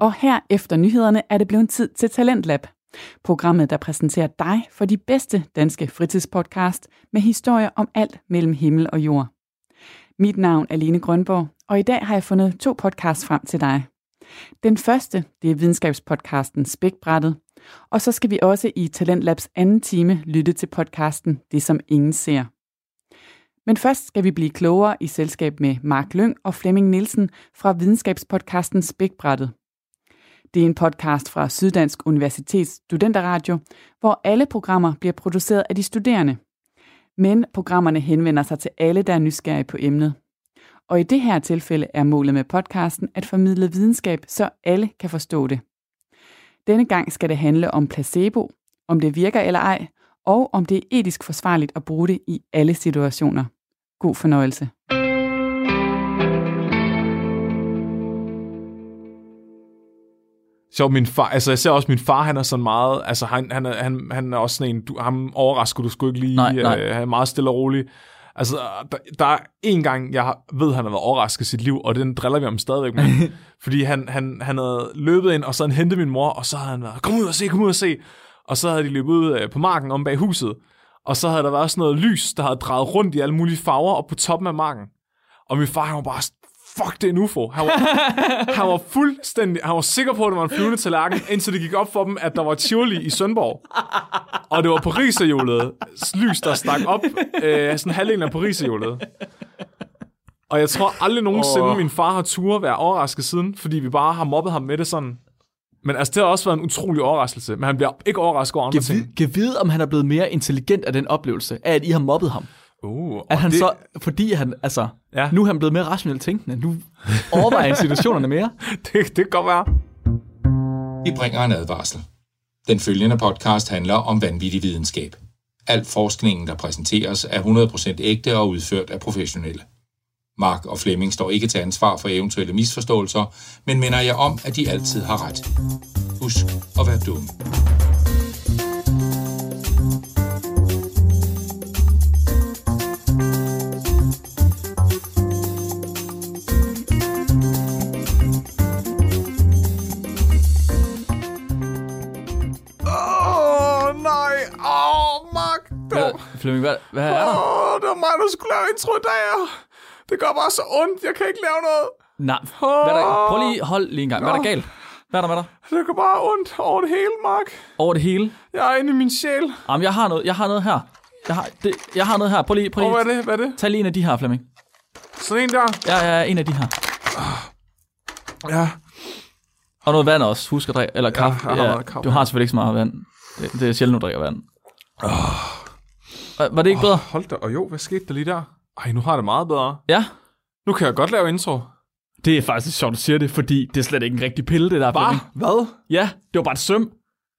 Og her efter nyhederne er det blevet tid til Talentlab. Programmet, der præsenterer dig for de bedste danske fritidspodcast med historier om alt mellem himmel og jord. Mit navn er Lene Grønborg, og i dag har jeg fundet to podcasts frem til dig. Den første, det er videnskabspodcasten Spækbrættet, og så skal vi også i Talentlabs anden time lytte til podcasten Det, som ingen ser. Men først skal vi blive klogere i selskab med Mark Lyng og Flemming Nielsen fra videnskabspodcasten Spækbrættet. Det er en podcast fra Syddansk Universitets Studenterradio, hvor alle programmer bliver produceret af de studerende. Men programmerne henvender sig til alle, der er nysgerrige på emnet. Og i det her tilfælde er målet med podcasten at formidle videnskab, så alle kan forstå det. Denne gang skal det handle om placebo, om det virker eller ej, og om det er etisk forsvarligt at bruge det i alle situationer. God fornøjelse. Så min far, altså jeg ser også min far, han er sådan meget, altså han, han, er, han, han er også sådan en, du, ham overrasker du sgu ikke lige, Nej, nej. Øh, han er meget stille og rolig. Altså, der, der er en gang, jeg har- ved, han har været overrasket i sit liv, og den driller vi ham stadigvæk med. fordi han, han, han havde løbet ind, og så havde han hentet min mor, og så havde han været, kom ud og se, kom ud og se. Og så havde de løbet ud øh, på marken om bag huset, og så havde der været sådan noget lys, der havde drejet rundt i alle mulige farver op på toppen af marken. Og min far, han var bare sådan, fuck, det er en UFO. Han var, han var fuldstændig, han var sikker på, at det var en flyvende tallerken, indtil det gik op for dem, at der var Tivoli i Sønderborg. Og det var pariserhjulet lys, der stak op, øh, sådan halvdelen af pariserhjulet. Og jeg tror aldrig nogensinde, oh. min far har turde være overrasket siden, fordi vi bare har mobbet ham med det sådan. Men altså, det har også været en utrolig overraskelse, men han bliver ikke overrasket over andre Kan ting. vide, kan vide, om han er blevet mere intelligent af den oplevelse, af at I har mobbet ham. Uh, og At han det, det... så, fordi han, altså, Ja. ja. nu er han blevet mere rationelt tænkende. Nu overvejer han situationerne mere. det, det kan godt være. Vi bringer en advarsel. Den følgende podcast handler om vanvittig videnskab. Al forskningen, der præsenteres, er 100% ægte og udført af professionelle. Mark og Flemming står ikke til ansvar for eventuelle misforståelser, men minder jeg om, at de altid har ret. Husk at være dum. Åh, oh, nej. Åh, oh, Mark. Det var, Hvad, Flemming, hvad, hvad er der? oh, det var mig, der skulle lave intro i dag. og Det gør bare så ondt. Jeg kan ikke lave noget. Nej, hvad er der? Prøv lige, hold lige en gang. Hvad er der galt? Hvad er der med dig? Det gør bare ondt over det hele, Mark. Over det hele? Jeg er inde i min sjæl. Jamen, jeg har noget, jeg har noget her. Jeg har, det, jeg har noget her. Prøv lige, prøv Og lige. hvad er det? Hvad er det? Tag lige en af de her, Flemming. Sådan en der. Ja, ja, en af de her. Ja. Og noget vand også. Husk at drikke, eller kaffe. jeg har meget kaffe. du har selvfølgelig ikke så meget vand. Det, det er sjældent, du drikker vand. Oh. Var det ikke bedre? Hold da. Og jo, hvad skete der lige der? Ej, nu har jeg det meget bedre. Ja. Nu kan jeg godt lave intro. Det er faktisk sjovt, du siger det, fordi det er slet ikke en rigtig pille, det der. Flemming. Hvad? Ja, det var bare et søm.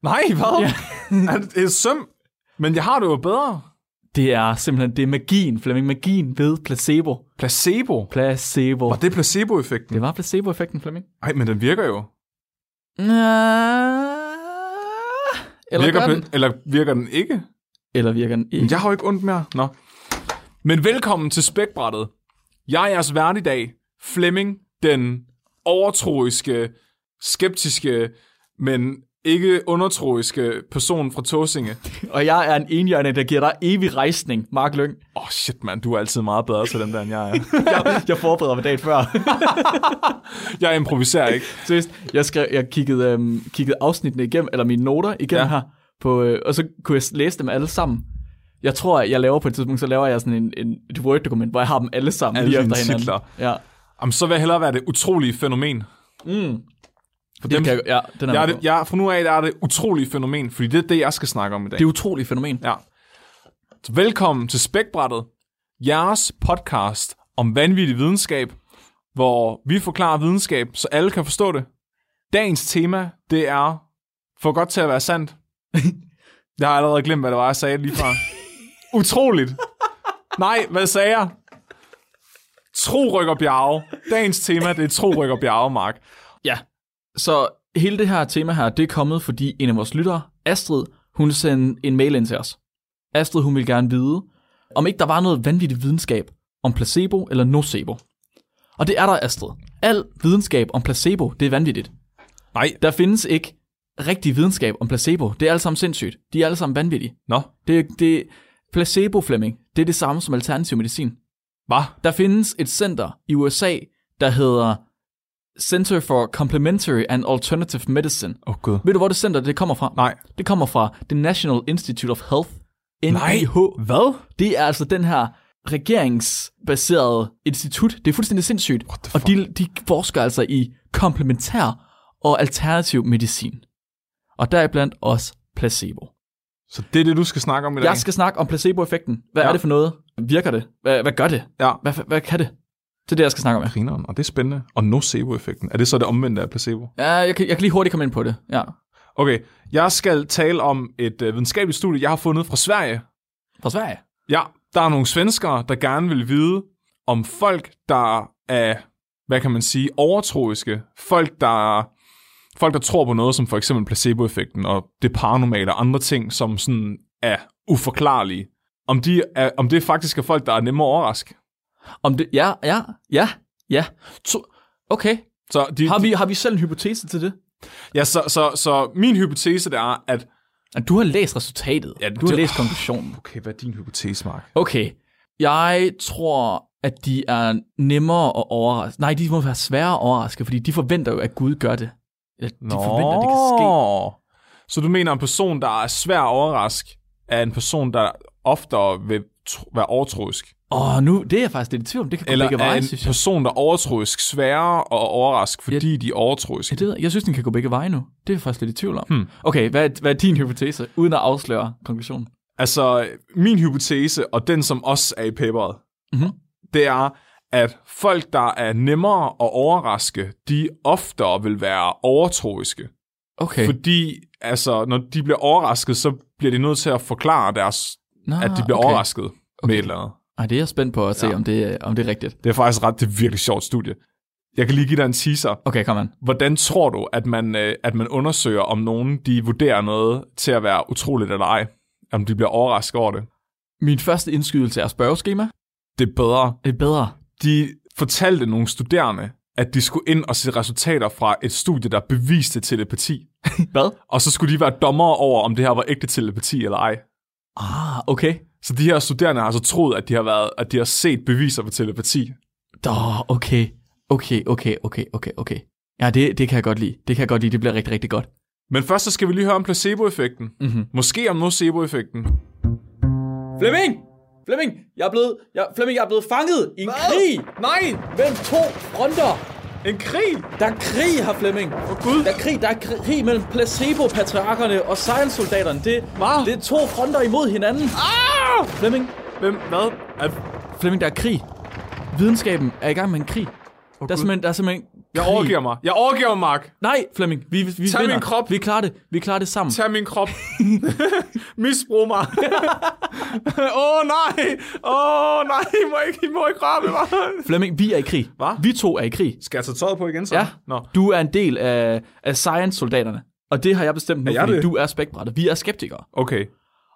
Nej, hvad? Ja. er det, det er søm. Men jeg har det jo bedre. Det er simpelthen, det er magien, Flemming. Magien ved placebo. Placebo. Placebo. Og det er placeboeffekten. Det var placebo-effekten, Flemming. Nej, men den virker jo. Eller virker virker gør den? pla- eller virker den ikke? Eller virker den ikke? Jeg har jo ikke ondt mere. Nå. Men velkommen til Spækbrættet. Jeg er jeres vært i dag, Flemming, den overtroiske, skeptiske, men ikke undertroiske person fra Tåsinge. Og jeg er en enhjørne, der giver dig evig rejsning, Mark Lyng. Åh oh, shit, mand, du er altid meget bedre til den der, end jeg er. Jeg, jeg forbereder mig dagen før. Jeg improviserer ikke. Seriøst, jeg, skrev, jeg kiggede, øhm, kiggede afsnittene igennem, eller mine noter igennem Ja. ja. her, på, øh, og så kunne jeg læse dem alle sammen. Jeg tror, at jeg laver på et tidspunkt, så laver jeg sådan en, en, et Word-dokument, hvor jeg har dem alle sammen Alle lige dine efter hinanden. titler. Ja. Jamen, så vil jeg hellere være det utrolige fænomen. For dem- det kan jeg, ja, den er Jeg er det, det, jeg, fra nu af der er det utrolige fænomen, fordi det er det, jeg skal snakke om i dag. det er et utroligt fænomen. Ja. Så velkommen til Spækbrættet, jeres podcast om vanvittig videnskab, hvor vi forklarer videnskab, så alle kan forstå det. Dagens tema, det er for godt til at være sandt. Jeg har allerede glemt, hvad det var, jeg sagde lige før. Utroligt. Nej, hvad sagde jeg? Tro rykker bjerge. Dagens tema, det er tro rykker bjerge, Mark. Ja, så hele det her tema her, det er kommet, fordi en af vores lyttere, Astrid, hun sendte en mail ind til os. Astrid, hun ville gerne vide, om ikke der var noget vanvittigt videnskab om placebo eller nocebo. Og det er der, Astrid. Al videnskab om placebo, det er vanvittigt. Nej, Der findes ikke rigtig videnskab om placebo. Det er alle sammen sindssygt. De er alle sammen vanvittige. nå, Det, det, placebo, Flemming, det er det samme som alternativ medicin. hvad? Der findes et center i USA, der hedder Center for Complementary and Alternative Medicine. Åh, oh, gud. Ved du, hvor det center det kommer fra? Nej. Det kommer fra The National Institute of Health, Nej, NIH. hvad? Det er altså den her regeringsbaserede institut. Det er fuldstændig sindssygt. the Og de, de forsker altså i komplementær og alternativ medicin. Og deriblandt også placebo. Så det er det, du skal snakke om i dag? Jeg skal snakke om placeboeffekten. Hvad Ja. ja. er det for noget? Virker det? Hvad, hvad gør det? Ja. Hvad, hvad, hvad kan det? Det er det, jeg skal snakke om. Ja. Grineren, og det er spændende. Og nocebo-effekten. Er det så det omvendte af placebo? Ja, jeg, kan, jeg kan lige hurtigt komme ind på det. Ja. Okay, jeg skal tale om et øh, videnskabeligt studie, jeg har fundet fra Sverige. Fra Sverige. Ja, der er nogle svenskere, der gerne vil vide, om folk, der er, hvad kan man sige, overtroiske, folk, der folk, der tror på noget, som for eksempel placeboeffekten og det paranormale og andre ting, som sådan er uforklarlige, om, de er, om det faktisk er folk, der er nemmere overraske. Om det, ja, ja, ja, ja. To, okay. Så, de, Har vi, har vi selv en hypotese til det? ja, så, så, så min hypotese det er, at... At Du har læst resultatet. Ja, Ja, du har det- læst konklusionen. Okay, hvad er din hypotese, Mark? Okay. Jeg tror, at de er nemmere at overraske. Nej, de må være svære at overraske, fordi de forventer jo, at Gud gør det. Eller de forventer, at det kan ske. ske. Så du mener, en person, der er svær at overraske, er en person, der oftere vil tro- være overtroisk? Åh, nu, det er jeg faktisk lidt i tvivl om. Det kan gå Eller begge er veje, en synes jeg. person, der er overtroisk, sværere at overraske, fordi de er Ja, overtroiske? det ved jeg. jeg synes, den kan gå begge veje nu. Det er jeg faktisk lidt i tvivl om. Hmm. Okay, hvad, er- hvad er din hypotese, uden at afsløre konklusionen? Altså, min hypotese, og den, som også er i paperet, Mhm. det er, at folk, der er nemmere at overraske, de oftere vil være overtroiske. Okay. Fordi, altså, når de bliver overrasket, så bliver de nødt til at forklare deres, Nå, at de bliver Ah, okay. overrasket med et eller andet. Ej, det er jeg spændt på at se, ja. om, det, øh, om det er rigtigt. Det er faktisk ret, det er virkelig sjovt studie. Jeg kan lige give dig en teaser. Okay, kom an. Hvordan tror du, at man, øh, at man undersøger, om nogen de vurderer noget til at være utroligt eller ej? Om de bliver overrasket over det? Min første indskydelse er spørgeskema. Det er bedre. Det er bedre. De fortalte nogle studerende, at de skulle ind og se resultater fra et studie, der beviste telepati. Hvad? Og så skulle de være dommere over, om det her var ægte telepati eller ej. Ah, okay. Så de her studerende har altså troet, at de har, været, at de har set beviser på telepati. Nå, okay. Okay, okay, okay, okay, okay. Ja, det, det kan jeg godt lide. Det kan jeg godt lide. Det bliver rigtig, rigtig godt. Men først så skal vi lige høre om placeboeffekten. Mhm. Måske om noceboeffekten. Flemming! Flemming, jeg er blevet, jeg, Flemming, jeg er blevet fanget i en Hvad? krig Nej! mellem to fronter. En krig! Der er krig her, Flemming. Åh oh, gud! Der er krig, der er krig, krig mellem placebo-patriarkerne og science-soldaterne. Det, Hvad? det er to fronter imod hinanden. Ah! Flemming, Hvem? Hvad? Er, Flemming, der er krig. Videnskaben er i gang med en krig. Oh, der, Gud. er simpelthen, der er simpelthen jeg krig. overgiver mig. Jeg overgiver mig, Mark. Nej, Flemming, vi, vi Tag min vinder. krop. Vi klarer det. Vi klarer det sammen. Tag min krop. Misbrug mig. Åh oh, nej! Åh oh, nej! I må ikke, I må ikke røre ved mig. Flemming, vi er i krig. Hva? Vi to er i krig. Skal jeg tage tøjet på igen så? Ja, Nå. du er en del af, af Science-soldaterne. Og det har jeg bestemt nu, Er jeg fordi det? du er spækbrættet. Vi er skeptikere. Okay.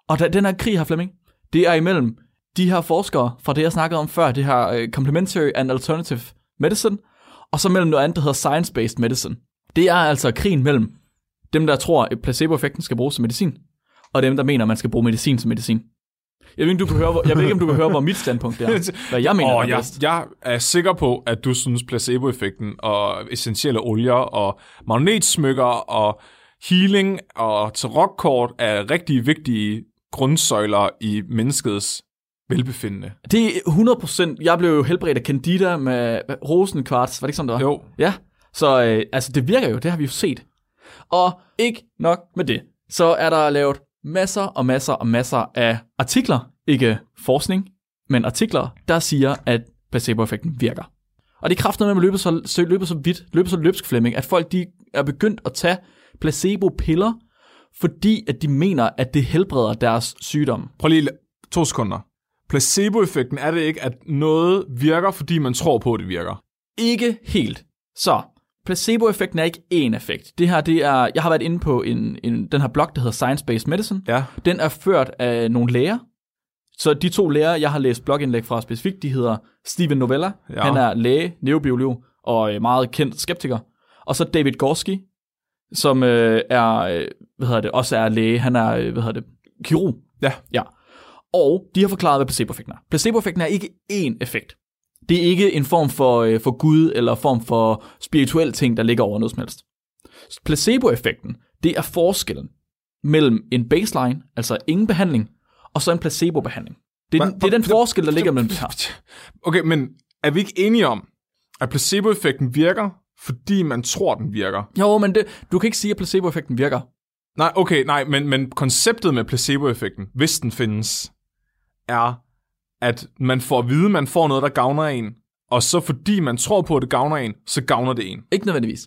Og der, den her krig her, Flemming, det er imellem de her forskere fra det, jeg snakkede om før, det her øh, Complementary and Alternative Medicine, og så mellem noget andet, der hedder Science-Based Medicine. Det er altså krigen mellem dem, der tror, at placeboeffekten skal bruges som medicin, og dem, der mener, at man skal bruge medicin som medicin. Jeg ved ikke, om du kan høre, hvor, jeg ved ikke, om du kan høre, hvor mit standpunkt er. Hvad jeg mener Og er jeg, bedst. jeg er sikker på, at du synes placeboeffekten og essentielle olier og magnetsmykker og healing og tarotkort er rigtig vigtige grundsøjler i menneskets velbefindende. Det er 100%. Jeg blev jo helbredt af Candida med hvad, rosenkvarts. Var det ikke sådan, det var? Jo. Ja. Så øh, altså, det virker jo. Det har vi jo set. Og ikke nok med det. Så er der lavet masser og masser og masser af artikler. Ikke forskning, men artikler, der siger, at placeboeffekten virker. Og det er kraften med, at man løber så, så, løber så vidt, løber så løbsk, Flemming, at folk de er begyndt at tage placebo-piller, fordi at de mener, at det helbreder deres sygdom. Prøv lige la- to sekunder. Placeboeffekten er det ikke, at noget virker, fordi man tror på, at det virker. Ikke helt. Så, placeboeffekten er ikke én effekt. Det her, det er, jeg har været inde på en, en, den her blog, der hedder Science Based Medicine. Ja. Den er ført af nogle læger. Så de to læger, jeg har læst blogindlæg fra specifikt, de hedder Steven Novella. Ja. Ja. Han er læge, neurobiolog og øh, meget kendt skeptiker. Og så David Gorski, som øh, er, øh, hvad hedder det, også er læge, han er, øh, hvad hedder det, kirurg. Ja. Ja. Og de har forklaret, hvad placeboeffekten er. Placeboeffekten er ikke én effekt. Det er ikke en form for, øh, for Gud eller form for spirituel ting, der ligger over noget som helst. Placeboeffekten, det er forskellen mellem en baseline, altså ingen behandling, og så en placebobehandling. Det er, den, Hva- det er den forskel, der ligger mellem de her. Okay, men er vi ikke enige om, at placeboeffekten virker, fordi man tror, den virker? Jo, men det, du kan ikke sige, at placeboeffekten virker. Nej, okay, nej, men, men konceptet med placeboeffekten, hvis den findes, er, at man får at vide, man får noget, der gavner en, og så fordi man tror på, at det gavner en, så gavner det en. Ikke nødvendigvis.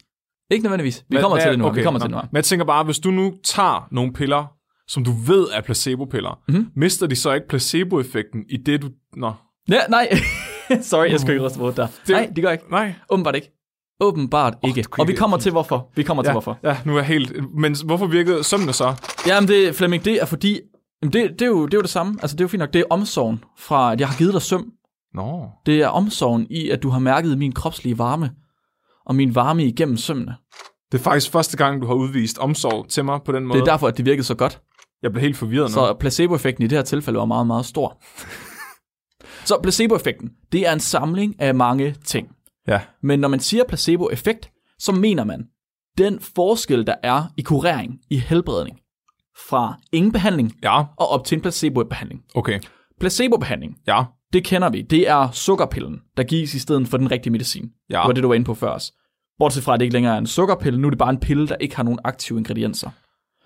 Ikke nødvendigvis. Vi kommer Hvad- til hvad- det nu. vi kommer nå. til det nu. Men jeg tænker bare, hvis du nu tager nogle piller, som du ved er placebopiller, Mhm. mm-hmm. mister de så ikke placeboeffekten i det, du... Nå. Ja, nej. Sorry, jeg skulle Uh. ikke ryste på hovedet der. Det... Nej, det gør ikke. Nej. Åbenbart ikke. Åbenbart oh, ikke. Og vi kommer til hvorfor. Vi kommer ja. til hvorfor. Ja, nu er jeg helt... Men hvorfor virkede sømmene så? Jamen, det, Flemming, det er fordi... Jamen, det, det, er jo, det er jo det samme. Altså, det er jo fint nok. Det er omsorgen fra, at jeg har givet dig søm. Nå. Det er omsorgen i, at du har mærket min kropslige varme. Og min varme igennem sømmene. Det er faktisk første gang, du har udvist omsorg til mig på den måde. Det er derfor, at det virkede så godt. Jeg blev helt forvirret nu. Så placeboeffekten i det her tilfælde var meget, meget stor. Så placeboeffekten, det er en samling af mange ting. Ja. Men når man siger placeboeffekt, så mener man den forskel, der er i kurering, i helbredning, fra ingen behandling Ja, og op til en placebobehandling. okay. Placebobehandling, Ja. det kender vi, det er sukkerpillen, der gives i stedet for den rigtige medicin. Ja. Det var det, du var inde på før os. Bortset fra, at det ikke længere er en sukkerpille, nu er det bare en pille, der ikke har nogen aktive ingredienser.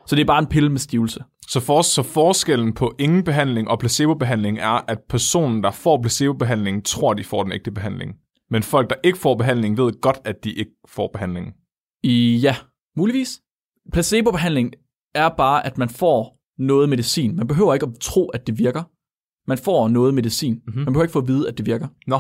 Så det er bare en pille med stivelse. Så, for, så forskellen på ingen behandling og placebobehandling er, at personen, der får placebobehandling, tror, de får den ægte behandling. Men folk, der ikke får behandling, ved godt, at de ikke får behandling. I- Ja, muligvis. Placebobehandling er bare, at man får noget medicin. Man behøver ikke at tro, at det virker. Man får noget medicin. Mhm. Mm-hmm. Man behøver ikke få at vide, at det virker. Nå.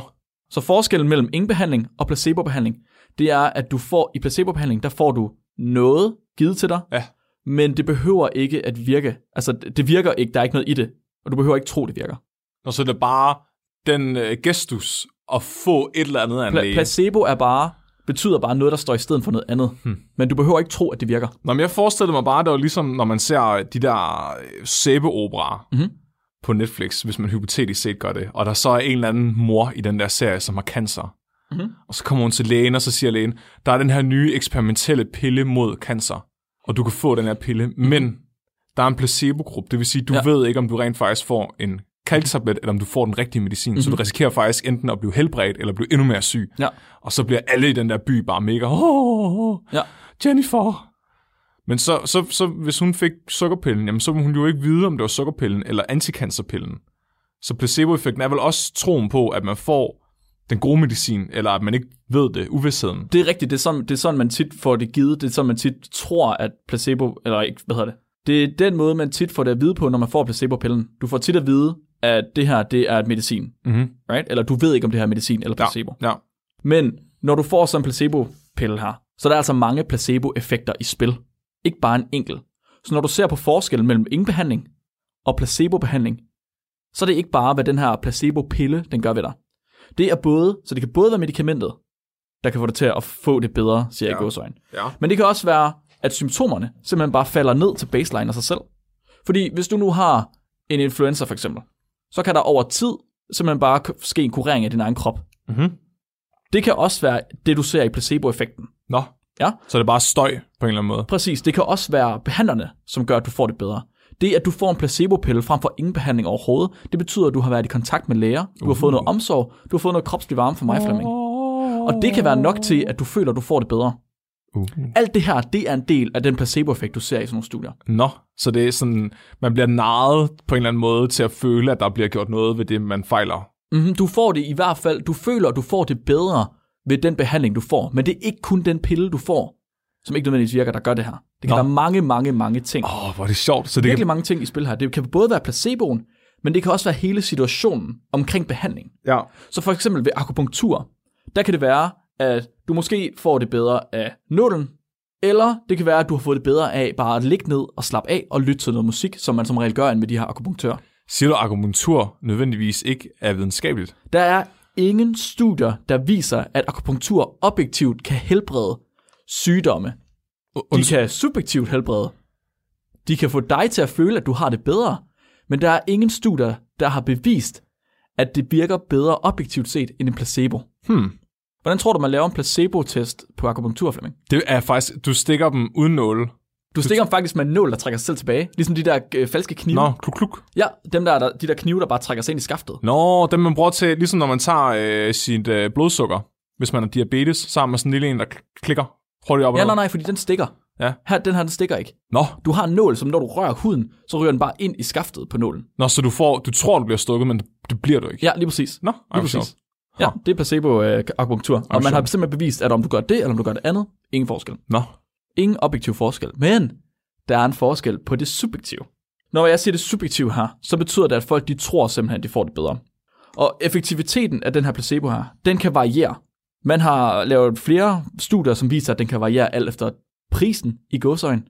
Så forskellen mellem ingen behandling og placebobehandling, det er, at du får i placebobehandling, der får du noget givet til dig, Ja. men det behøver ikke at virke. Altså, det det virker ikke, der er ikke noget i det, og du behøver ikke tro, det virker. Og så er det bare den øh, gestus at få et eller andet af en Pla- læge. placebo er bare, betyder bare noget, der står i stedet for noget andet. Hmm. Men du behøver ikke tro, at det virker. Nå, men jeg forestillede mig bare, at det var ligesom, når man ser de der øh, sæbeoperaer mm-hmm. på Netflix, hvis man hypotetisk set gør det, og der så er en eller anden mor i den der serie, som har cancer. Mm-hmm. Og så kommer hun til lægen, og så siger lægen, der er den her nye eksperimentelle pille mod cancer, og du kan få den her pille, mm-hmm. men der er en placebo-gruppe, det vil sige, du ja. ved ikke, om du rent faktisk får en kalktablet, eller om du får den rigtige medicin, mm-hmm. så du risikerer faktisk enten at blive helbredt, eller blive endnu mere syg. Ja. Og så bliver alle i den der by bare mega, åh, oh, oh, Ja. Jennifer. Men så, så, så hvis hun fik sukkerpillen, jamen så må hun jo ikke vide, om det var sukkerpillen eller anticancerpillen. Så placeboeffekten er vel også troen på, at man får den gode medicin, eller at man ikke ved det, uvidsheden. Det er rigtigt, det er, sådan, det er sådan, man tit får det givet, det er sådan, man tit tror, at placebo, eller ikke, hvad hedder det? Det er den måde, man tit får det at vide på, når man får placebo-pillen. Du får tit at vide, at det her, det er et medicin, Mhm. right? Eller du ved ikke, om det her er medicin eller placebo. Ja. Ja, ja. Men når du får sådan en placebo-pille her, så er der altså mange placebo-effekter i spil. Ikke bare en enkelt. Så når du ser på forskellen mellem ingen behandling og placebo-behandling, så er det ikke bare, hvad den her placebo-pille, den gør ved dig. Det er både, så det kan både være medicamentet, der kan få dig til at få det bedre, siger jeg ja. i gåsøjne. Ja. Men det kan også være, at symptomerne simpelthen bare falder ned til baseline af sig selv. Fordi hvis du nu har en influenza for eksempel, så kan der over tid simpelthen bare k- ske en kurering af din egen krop. Mhm. Det kan også være det, du ser i placeboeffekten. Nå. Ja. Så er det bare støj på en eller anden måde. Præcis, det kan også være behandlerne, som gør, at du får det bedre. Det, at du får en placebopille frem for ingen behandling overhovedet, det betyder, at du har været i kontakt med læger, du har fået noget omsorg, du har fået noget kropslig varme fra mig, Flemming. Og det kan være nok til, at du føler, at du får det bedre. Uh. Alt det her, det er en del af den placeboeffekt, du ser i sådan nogle studier. Nå, så det er sådan, man bliver narret på en eller anden måde til at føle, at der bliver gjort noget ved det, man fejler. Mm-hmm, du får det i hvert fald, du føler, at du får det bedre ved den behandling, du får. Men det er ikke kun den pille, du får, som ikke nødvendigvis virker, der gør det her. Det kan Nå. være mange, mange, mange ting. Åh, oh, hvor er det sjovt. Så det virkelig kan, mange ting i spil her. Det kan både være placeboen, men det kan også være hele situationen omkring behandling. ja. Så for eksempel ved akupunktur, der kan det være, at du måske får det bedre af nålen, eller det kan være, at du har fået det bedre af bare at ligge ned og slappe af og lytte til noget musik, som man som regel gør med de her akupunktører. Siger du, at akupunktur nødvendigvis ikke er videnskabeligt? Der er ingen studier, der viser, at akupunktur objektivt kan helbrede sygdomme De kan subjektivt helbrede. De kan få dig til at føle, at du har det bedre, men der er ingen studier, der har bevist, at det virker bedre objektivt set end en placebo. Hmm. Hvordan tror du, man laver en placebo-test på akupunktur, Flemming? Det er faktisk, du stikker dem uden nåle. Du stikker dem faktisk med en nål, der trækker sig selv tilbage. Ligesom de der øh, falske knive. Nå, kluk kluk. Ja, dem der, der, de der knive, der bare trækker sig ind i skaftet. Nå, dem man bruger til, ligesom når man tager øh, sit øh, blodsukker, hvis man har diabetes, så har man sådan en lille en, der kl- klikker hurtigt op og Ja, nej, ned. nej, fordi den stikker. Ja. Her, den her, den stikker ikke. Nå, Du har en nål, som når du rører huden, så ryger den bare ind i skaftet på nålen. Nå, så du, får, du tror, du bliver stukket, men det bliver du ikke. Ja, lige præcis. Nå, ej, Lige hvor præcis. sjovt. Ja, det er placebo-akupunktur. og man sjovt. har simpelthen bevist, at om du gør det, eller om du gør det andet, ingen forskel. Nå, Ingen objektiv forskel. Men der er en forskel på det subjektive. Når jeg siger det subjektive her, så betyder det, at folk de tror simpelthen, de får det bedre. Og effektiviteten af den her placebo her, den kan variere. Man har lavet flere studier, som viser, at den kan variere alt efter prisen i godsøjen.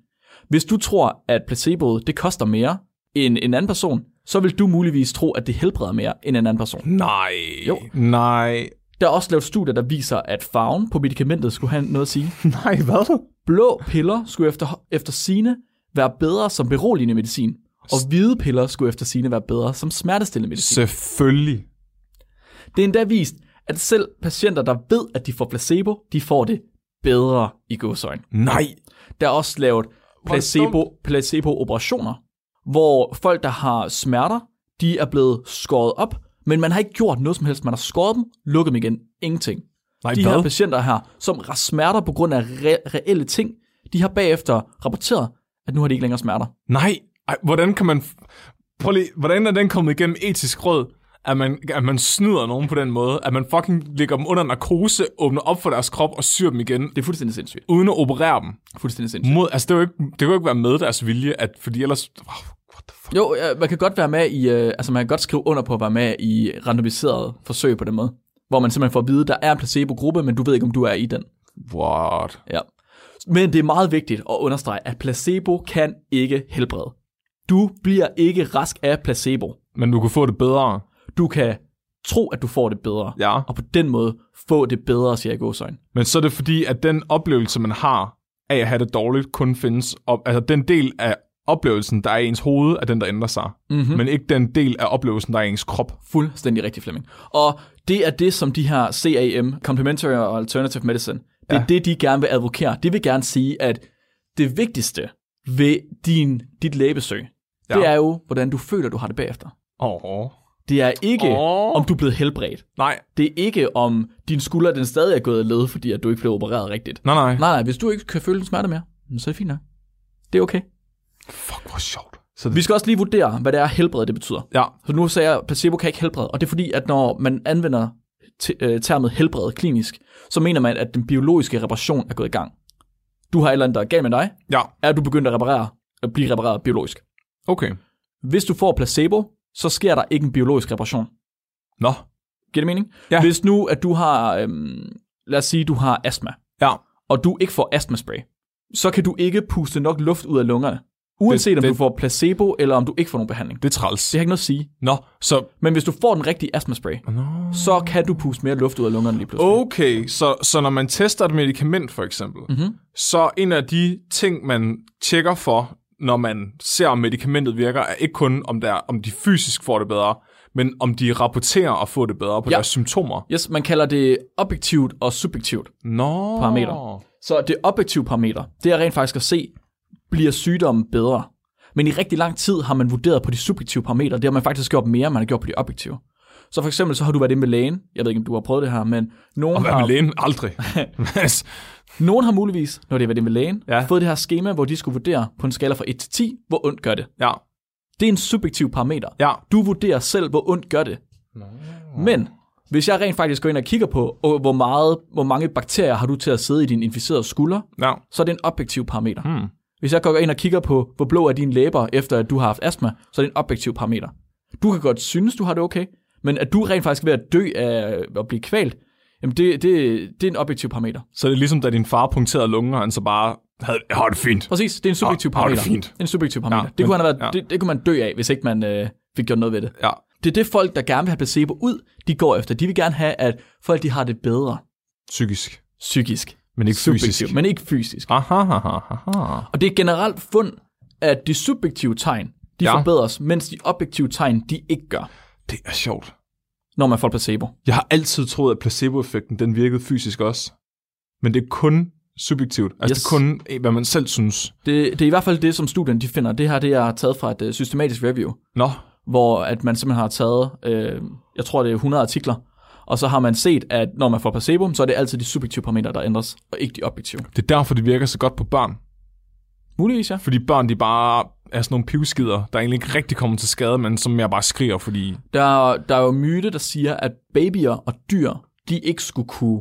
Hvis du tror, at placeboet det koster mere end en anden person, så vil du muligvis tro, at det helbreder mere end en anden person. nej, Jo. nej, Der er også lavet studier, der viser, at farven på medicamentet skulle have noget at sige. nej, hvad? Blå piller skulle efter, efter sine være bedre som beroligende medicin, og hvide piller skulle efter sine være bedre som smertestillende medicin. Selvfølgelig. Det er endda vist, at selv patienter, der ved, at de får placebo, de får det bedre i godsøjen. Nej. Der er også lavet placebo, placebo-operationer, hvor folk, der har smerter, de er blevet skåret op, men man har ikke gjort noget som helst. Man har skåret dem, lukket dem igen. Ingenting. Nej, de hvad? her patienter her, som har smerter på grund af re- reelle ting, de har bagefter rapporteret, at nu har de ikke længere smerter. Nej. Ej, hvordan kan man... f- Prøv lige, hvordan er den kommet igennem etisk råd? At man, at man snyder nogen på den måde, at man fucking lægger dem under narkose, åbner op for deres krop og syr dem igen, Det er fuldstændig sindssygt. uden at operere dem. Fuldstændig sindssygt. Mod, altså, det, er jo ikke, det kan jo ikke være med deres vilje, at, fordi ellers... Oh, what the fuck? Jo, øh, man kan godt være med i, øh, altså man kan godt skrive under på at være med i randomiserede forsøg på den måde, hvor man simpelthen får at vide, at der er en placebo-gruppe, men du ved ikke, om du er i den. What? Ja. Men det er meget vigtigt at understrege, at placebo kan ikke helbrede. Du bliver ikke rask af placebo. Men du kunne få det bedre. Du kan tro, at du får det bedre. Ja. Og på den måde få det bedre, siger jeg i gåsøjne. Men så er det fordi, at den oplevelse, man har af at have det dårligt, kun findes op. Altså den del af oplevelsen, der er i ens hoved, er den, der ændrer sig. Mm-hmm. Men ikke den del af oplevelsen, der er i ens krop. Fuldstændig rigtig, Flemming. Og det er det, som de her CAM, Complementary og Alternative Medicine, det er ja. det, de gerne vil advokere. Det vil gerne sige, at det vigtigste ved din, dit lægebesøg, ja. Ja. det er jo, hvordan du føler, du har det bagefter. Åh. Det er ikke, Åh. om du er blevet helbredt. Nej, Det er ikke, om din skulder den stadig er gået af led, fordi at du ikke blev opereret rigtigt. nej, nej. Nej, nej, hvis du ikke kan føle den smerte mere, jamen, så er det fint nok. Det er okay. Fuck, hvor sjovt. Så det... Vi skal også lige vurdere, hvad det er helbred, det betyder. Ja, Så nu sagde jeg, at placebo kan ikke helbrede, og det er fordi, at når man anvender te- øh, termet helbrede klinisk, så mener man, at den biologiske reparation er gået i gang. Du har et eller andet, der er galt med dig, ja, er du begyndt at reparere, at blive repareret biologisk. okay. Hvis du får placebo, så sker der ikke en biologisk reparation. Nå, Giver det mening? Ja. Hvis nu, at du har, øhm, lad os sige, du har astma, ja. og du ikke får astmaspray, så kan du ikke puste nok luft ud af lungerne. Uanset det, om det- du får placebo, eller om du ikke får nogen behandling. Det er træls. Det har ikke noget at sige. Nå, så... Men hvis du får den rigtige astmaspray, Nå. Oh. så kan du puste mere luft ud af lungerne lige pludselig. Okay, så, så når man tester et medicament, for eksempel, mm-hmm. så en af de ting, man tjekker for, når man ser, om medicamentet virker, er ikke kun, om, der, om de fysisk får det bedre, men om de rapporterer at få det bedre på Ja. ja. deres symptomer. Yes, man kalder det objektivt og subjektivt Nå. parameter. Så det objektive parameter, det er rent faktisk at se, bliver sygdommen bedre? Men i rigtig lang tid har man vurderet på de subjektive parametre. Det har man faktisk gjort mere, end man har gjort på de objektive. Så for eksempel så har du været inde med lægen. Jeg ved ikke, om du har prøvet det her, men nogen Hvad har, med lægen? Aldrig. Altså, nogen har muligvis, når det har været inde med lægen, ja. Ja. fået det her skema, hvor de skulle vurdere på en skala fra 1 til 10, hvor ondt gør det. ja, Det er en subjektiv parameter. ja. Du vurderer selv, hvor ondt gør det. Men hvis jeg rent faktisk går ind og kigger på, åh, hvor, meget, hvor mange bakterier har du til at sidde i din inficerede skulder, ja. så er det en objektiv parameter. Hmm. Hvis jeg går ind og kigger på, hvor blå er dine læber, efter at du har haft astma, så er det en objektiv parameter. Du kan godt synes, du har det okay, men at du rent faktisk er ved at dø af at blive kvalt, jamen det, det, det er en objektiv parameter. Så det er ligesom, da din far punkterede lungen, og han så bare havde, har det fint. Præcis, det er en subjektiv Ah, ah, det parameter. er fint. En subjektiv parameter. Ja, det, kunne men- han have været, ja. det, det kunne man dø af, hvis ikke man øh, fik gjort noget ved det. Ja. Det er det folk, der gerne vil have placebo ud, de går efter. De vil gerne have, at folk de har det bedre Psykisk. psykisk. Men ikke fysisk. Subjektivt, men ikke fysisk. Aha, aha, aha. Og det er et generelt fund, at de subjektive tegn, de Ja. ja. forbedres, mens de objektive tegn, de ikke gør, Det er sjovt. når man får placebo. Jeg har altid troet, at placeboeffekten den virkede fysisk også. Men det er kun subjektivt. Altså yes. Yes. det er kun, eh, hvad man selv synes. Det, det er i hvert fald det, som studien de finder. Det her det er taget fra et øh, systematisk review, Nå, hvor at man simpelthen har taget, øh, jeg tror det er 100 artikler, og så har man set, at når man får placebo, så er det altid de subjektive parametre, der ændres, og ikke de objektive. det er derfor, det virker så godt på børn. Muligvis, ja. Fordi børn, de bare er sådan nogle pivskider, der egentlig ikke rigtig kommer til skade, men som jeg bare skriger, fordi... Der, der er jo myte, der siger, at babyer og dyr, de ikke skulle kunne,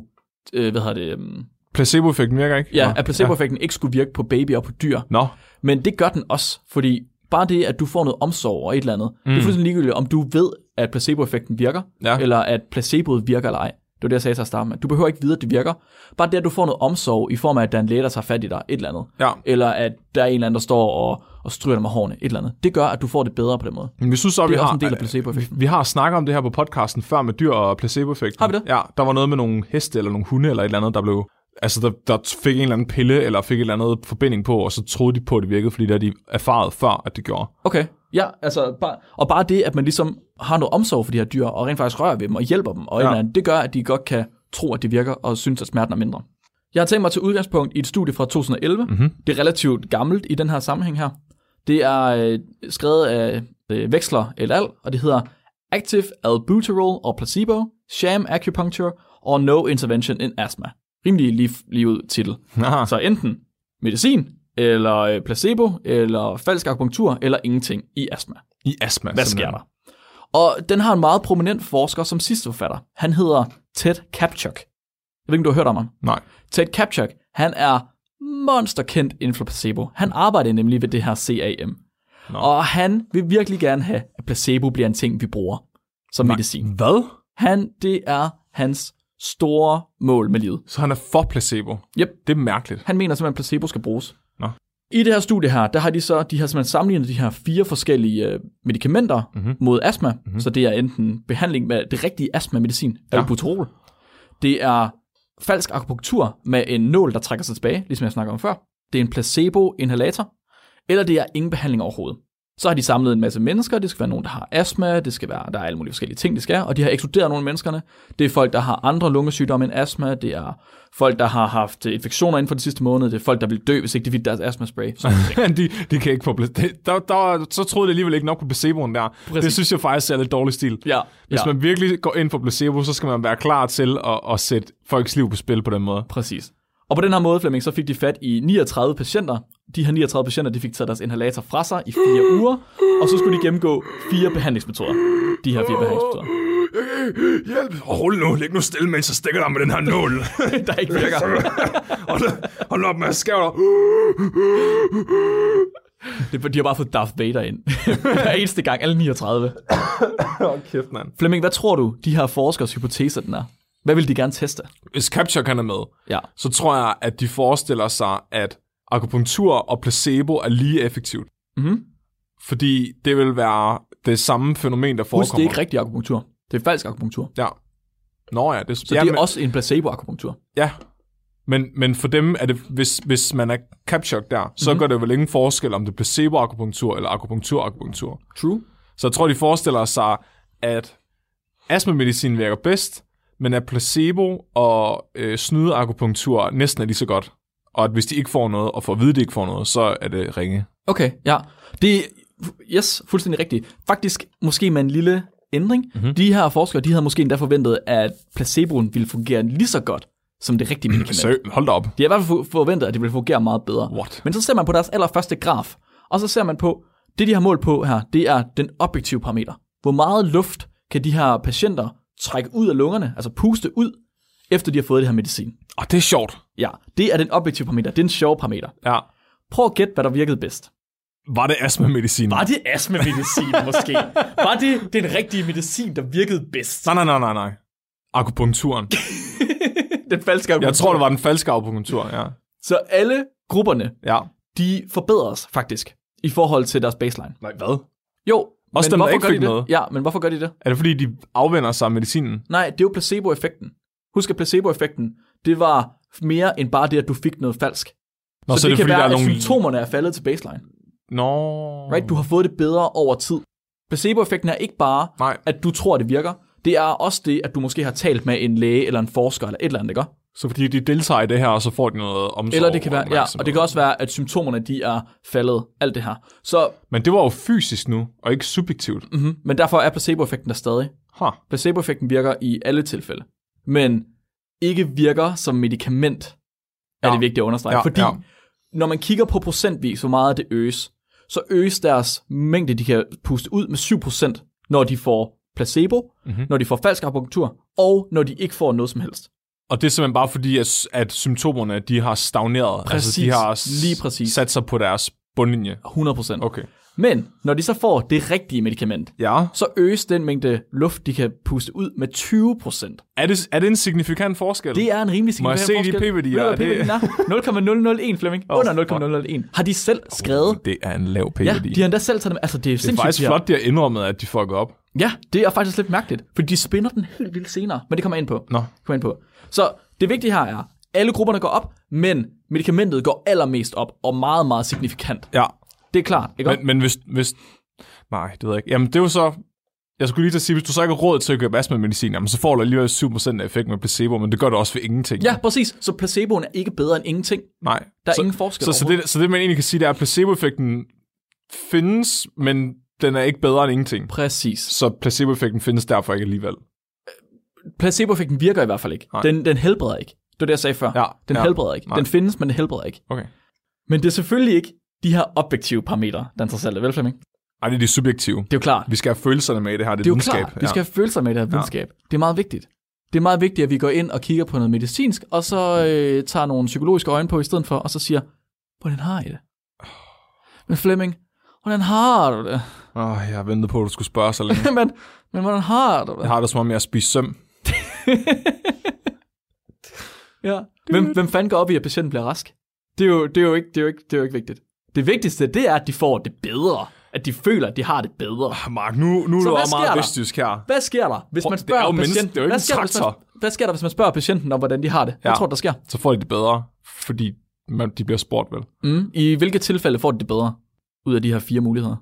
øh, hvad hedder det, øhm, Placeboeffekten virker ikke? ja, Nå. at placeboeffekten ikke skulle virke på babyer og på dyr. Nå, Men det gør den også, fordi bare det, at du får noget omsorg og et eller andet, mm. det er fuldstændig ligegyldigt, om du ved, at placeboeffekten virker, Ja. eller at placeboet virker eller ej. Det var det, jeg sagde til at starte med. Du behøver ikke vide, at det virker. Bare det, at du får noget omsorg i form af, at der er en læge, der tager fat i dig, et eller andet. ja. Eller at der er en eller anden, der står og, og stryger dig med hårene, et eller andet. Det gør, at du får det bedre på den måde. Men vi synes så, Det vi er har, også en del af placeboeffekten. vi har snakket om det her på podcasten før med dyr og placeboeffekten. Har vi det? Ja, der var noget med nogle heste eller nogle hunde eller et eller andet, der blev... Altså, der, der fik en eller anden pille eller fik et eller andet forbinding på, og så troede de på, at det virkede, fordi der de erfaret før, at det gjorde. Okay. Ja, altså, bare, og bare det, at man ligesom har noget omsorg for de her dyr, og rent faktisk rører ved dem og hjælper dem, og ja. Ja. eller andet, det gør, at de godt kan tro, at det virker, og synes, at smerten er mindre. Jeg har tænkt mig til udgangspunkt i et studie fra 2011. Mm-hmm. Det er relativt gammelt i den her sammenhæng her. Det er øh, skrevet af øh, Veksler et al, og det hedder Active Albuterol or Placebo, Sham Acupuncture or No Intervention in Asthma. Rimelig lige, lige ud titel. Aha. Så enten medicin, eller øh, placebo, eller falsk akupunktur, eller ingenting i astma. I astma. Hvad sker der? Og den har en meget prominent forsker som sidste forfatter. Han hedder Ted Kapchuk. Jeg ved ikke, om du har hørt om ham. Nej. Ted Kapchuk, han er monsterkendt inden for placebo. Han arbejder nemlig ved det her CAM. Nå. Nå. Og han vil virkelig gerne have, at placebo bliver en ting, vi bruger som Nej. medicin. Hvad? Han, det er hans store mål med livet. Så han er for placebo. Yep. Det er mærkeligt. Han mener simpelthen, at placebo skal bruges. Nå. I det her studie her, der har de så, de har simpelthen sammenlignet de her fire forskellige øh, medicamenter mm-hmm. mod astma. Mm-hmm. Så det er enten behandling med det rigtige astma-medicin, ja. albuterol. Det er falsk akupunktur med en nål, der trækker sig tilbage, ligesom jeg snakker om før. Det er en placebo-inhalator. Eller det er ingen behandling overhovedet. Så har de samlet en masse mennesker. Det skal være nogen, der har astma. Det skal være, der er alle mulige forskellige ting, det skal. Og de har ekskluderet nogle af menneskerne. Det er folk, der har andre lungesygdomme end astma. Det er folk, der har haft øh, infektioner inden for den sidste måned. Det er folk, der vil dø, hvis ikke de fik deres astmaspray. Så de, de kan ikke få placebo. Der, der, så troede jeg alligevel ikke nok på placeboen der. Præcis. Det synes jeg faktisk er lidt dårlig stil. Ja, Hvis ja. man virkelig går ind for placebo, så skal man være klar til at, at sætte folks liv på spil på den måde. Præcis. Og på den her måde, Flemming, så fik de fat i 39 patienter. De her 39 patienter, de fik taget deres inhalator fra sig i fire uger, og så skulle de gennemgå fire behandlingsmetoder. De her fire behandlingsmetoder, Hjælp! Og rul nu, læg nu stille, mens jeg stikker dig med den her nål. der ikke virker. hold, hold op med at skære dig. Det, er- de har bare fået Darth Vader ind. Hver eneste gang, alle 39. Åh, kæft, mand. Flemming, hvad tror du, de her forskers hypotese den er? Hvad vil de gerne teste? Hvis Capture kan er med, Ja. så tror jeg, at de forestiller sig, at akupunktur og placebo er lige effektivt. Mhm. Fordi det vil være det samme fænomen, der forekommer. Husk, det er ikke rigtig akupunktur. Det er falsk akupunktur. Ja. Nå ja, det, Så ja, det er men... også en placebo-akupunktur. Ja, men, men for dem er det, hvis, hvis man er capshock der, så mm-hmm. gør det vel ingen forskel, om det er placeboakupunktur eller akupunktur-akupunktur. True. Så jeg tror, de forestiller sig, at astmamedicin virker bedst, men at placebo og øh, snydeakupunktur næsten er lige så godt. Og at hvis de ikke får noget, og får at vide, at de ikke får noget, så er det ringe. Okay, ja. Det er, yes, fuldstændig rigtigt. Faktisk måske med en lille ændring. Mm-hmm. De her forskere, de havde måske endda forventet, at placeboen ville fungere lige så godt som det rigtige medicament. Så hold da op. De har i hvert fald for- forventet, at det ville fungere meget bedre. What? Men så ser man på deres allerførste graf, og så ser man på, det de har målt på her, det er den objektive parameter. Hvor meget luft kan de her patienter trække ud af lungerne, altså puste ud, efter de har fået det her medicin. Og det er sjovt. Ja, det er den objektive parameter, det er den sjove parameter. Ja. Prøv at gætte, hvad der virkede bedst. Var det astmamedicin? Var det astma-medicin måske? Var det den rigtige medicin, der virkede bedst? Nej, nej, nej, nej, nej. Akupunkturen. Den falske Jeg tror, det det var den falske akupunktur, ja. Så alle grupperne, Ja. de forbedres faktisk i forhold til deres baseline. Nej, hvad? Jo, Også dem, der men hvorfor ikke gør de fik det? noget. Ja, men hvorfor gør de det? Er det fordi, de afvender sig af medicinen? Nej, det er jo placeboeffekten. Husk, at placeboeffekten, det var mere end bare det, at du fik noget falsk. Nå, så, så det, er det, kan fordi, være, der at er nogle- Mm. symptomerne er faldet til baseline. Nå. Right? Du har fået det bedre over tid. Placeboeffekten er ikke bare, Nej. at du tror, det virker. Det er også det, at du måske har talt med en læge eller en forsker eller et eller andet, ikke? Så fordi de deltager i det her, og så får de noget omsorg. Eller det kan og være, ja, og det opmærksomhed. kan også være, at symptomerne de er faldet, alt det her. Så, Men det var jo fysisk nu, og ikke subjektivt. Mm. mm, men derfor er placeboeffekten der stadig. Huh. Placeboeffekten virker i alle tilfælde, men ikke virker som medicament, er Ja. det vigtigt at understrege. Ja, fordi ja. når man kigger på procentvis, hvor meget det øges, så øges deres mængde, de kan puste ud med 7%, når de får placebo, Mhm. mm-hmm. når de får falsk akupunktur, og når de ikke får noget som helst. Og det er simpelthen bare fordi, at, at symptomerne de har stagneret. altså, de Præcis. har s- Lige præcis. sat sig på deres bundlinje. 100%. Okay. Men når de så får det rigtige medicament, Ja. så øges den mængde luft, de kan puste ud med 20%. Er det, er det en signifikant forskel? Det er en rimelig Må jeg signifikant se de forskel. p-værdier? Ved du, hvad Er det- p-værdien er? 0,001, Flemming. Under 0,001. Har de selv skrevet? Det er en lav p Ja, de har endda selv taget dem. Altså, det er Det er sindssygt. faktisk de har- flot, de har indrømmet, at de fucker op. Ja, det er faktisk lidt mærkeligt, fordi de spænder den helt vildt senere, men det kommer jeg ind på. Nå. Kommer jeg ind på. Så det vigtige her er, alle grupperne går op, men medicamentet går allermest op, og meget, meget signifikant. Ja. Det er klart, ikke? Men, men hvis, hvis... Nej, det ved jeg ikke. Jamen, det er jo så... Jeg skulle lige til at sige, hvis du så ikke har råd til at købe astma-medicin, jamen, så får du alligevel 7% af effekten med placebo, men det gør du også ved ingenting. Ja, præcis. Så placeboen er ikke bedre end ingenting. Nej. Der er så, ingen forskel Så, så, det, så det, man egentlig kan sige, det er, at placeboeffekten findes, men den er ikke bedre end ingenting. Præcis. Så placeboeffekten findes derfor ikke alligevel. Placeboeffekten virker i hvert fald ikke. Nej. Den, den helbreder ikke. Det var det, jeg sagde før. Ja, den ja. helbreder ikke. Nej. Den findes, men den helbreder ikke. Okay. Men det er selvfølgelig ikke de her objektive parametre, der er interessante, vel Flemming? Det Ej, det er de subjektive. er jo klart. Vi skal have følelserne med i det her, det er, Det er jo videnskab. klart, vi skal ja. have følelser med i det her videnskab. Ja. Det er meget vigtigt. Det er meget vigtigt, at vi går ind og kigger på noget medicinsk, og så øh, tager nogle psykologiske øjne på i stedet for, og så siger, hvordan har I det? Men Flemming, hvordan har du det? Åh, jeg har ventet på, at du skulle spørge så længe. men, men hvordan har du det? Jeg har det som om, jeg spiser søm. Ja. Hvem, hvem fanden går op i, at patienten bliver rask? Det er jo, det er jo, ikke, det er jo, ikke, det er jo ikke vigtigt. Det vigtigste, det er, at de får det bedre. At de føler, at de har det bedre. Ah, Mark, nu, nu er Så du hvad også sker meget der? vestjysk her. Hvad sker der, hvis Prøv, man det er spørger jo menneske- patienten? det er jo ikke hvad, en sker der, hvis man, traktor. hvad sker der, hvis man spørger patienten om, hvordan de har det? Ja. Ja. Jeg tror, der sker. Så får de det bedre, fordi man, de bliver spurgt, vel? Mm. I hvilke tilfælde får de det bedre ud af de her fire muligheder?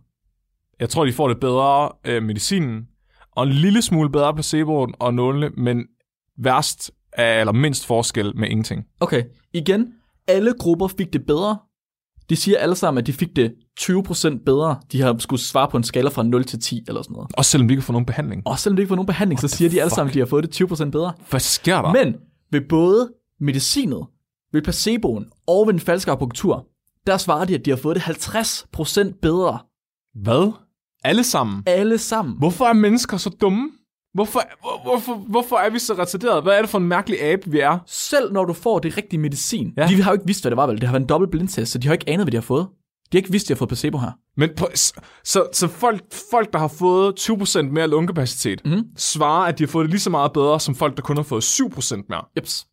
Jeg tror, de får det bedre øh, medicinen, og en lille smule bedre placeboen og nålene, men værst af, eller mindst forskel med ingenting. Okay, igen. Alle grupper fik det bedre. De siger alle sammen, at de fik det 20% bedre. De har skulle svare på en skala fra 0 til 10 eller sådan noget. Også selvom de ikke får nogen behandling. Og selvom det ikke var nogen behandling, så siger de alle sammen, at de har fået det 20% bedre. Hvad sker der? Men ved både medicinet, ved placeboen og ved den falske akupunktur, der svarer de, at de har fået det 50% bedre. Hvad? Alle sammen? Alle sammen. Hvorfor er mennesker så dumme? Hvorfor, hvor, hvorfor, hvorfor er vi så retarderede? Hvad er det for en mærkelig abe, vi er? Selv når du får det rigtige medicin. Ja. Ja. De har jo ikke vidst, hvad det var, vel? Det har været en dobbelt blindtest, så de har ikke anet, hvad de har fået. De har ikke vidst, at de har fået placebo her. Men prøv, s- så, så folk, folk, der har fået 20% mere lungekapacitet, mm. svarer, at de har fået det lige så meget bedre, som folk, der kun har fået 7% mere. Jeps.